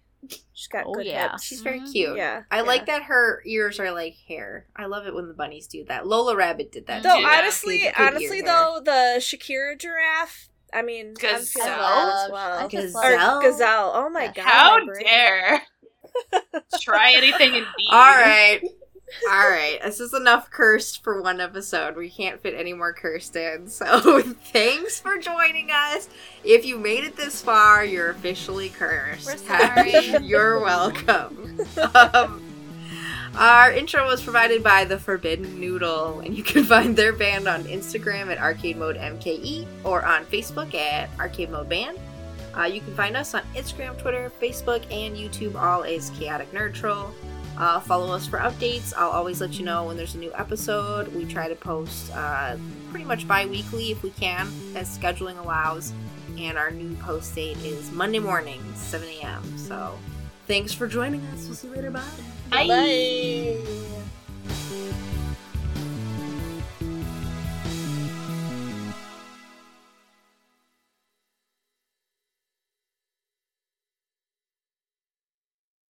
S2: She's got
S3: Oh,
S2: good
S3: yeah.
S2: hips.
S1: She's very
S3: Mhm.
S1: cute.
S2: Mm-hmm. Yeah.
S1: I
S2: yeah.
S1: like that her ears are like hair. I love it when the bunnies do that. Lola Rabbit did that.
S2: Though
S1: too.
S4: Yeah.
S2: honestly,
S1: Big ear
S2: honestly
S1: hair.
S2: though, the Shakira giraffe. I mean, I'm feeling
S4: Gazelle.
S2: that as well.
S3: I just
S1: Gazelle.
S2: Or gazelle. Oh my god.
S4: How
S2: my brain.
S4: dare try anything and be
S1: All right. All right. This is enough cursed for one episode. We can't fit any more cursed in. So thanks for joining us. If you made it this far, you're officially cursed.
S3: We're sorry.
S1: you're welcome. Um, our intro was provided by The Forbidden Noodle, and you can find their band on Instagram at Arcade Mode MKE or on Facebook at Arcade Mode Band. Uh, you can find us on Instagram, Twitter, Facebook, and YouTube, all as Chaotic Nerd Troll. Uh, follow us for updates. I'll always let you know when there's a new episode. We try to post uh, pretty much bi weekly if we can, as scheduling allows. And our new post date is Monday morning, 7 a.m. So thanks for joining us. We'll see you later. Bye.
S2: Bye.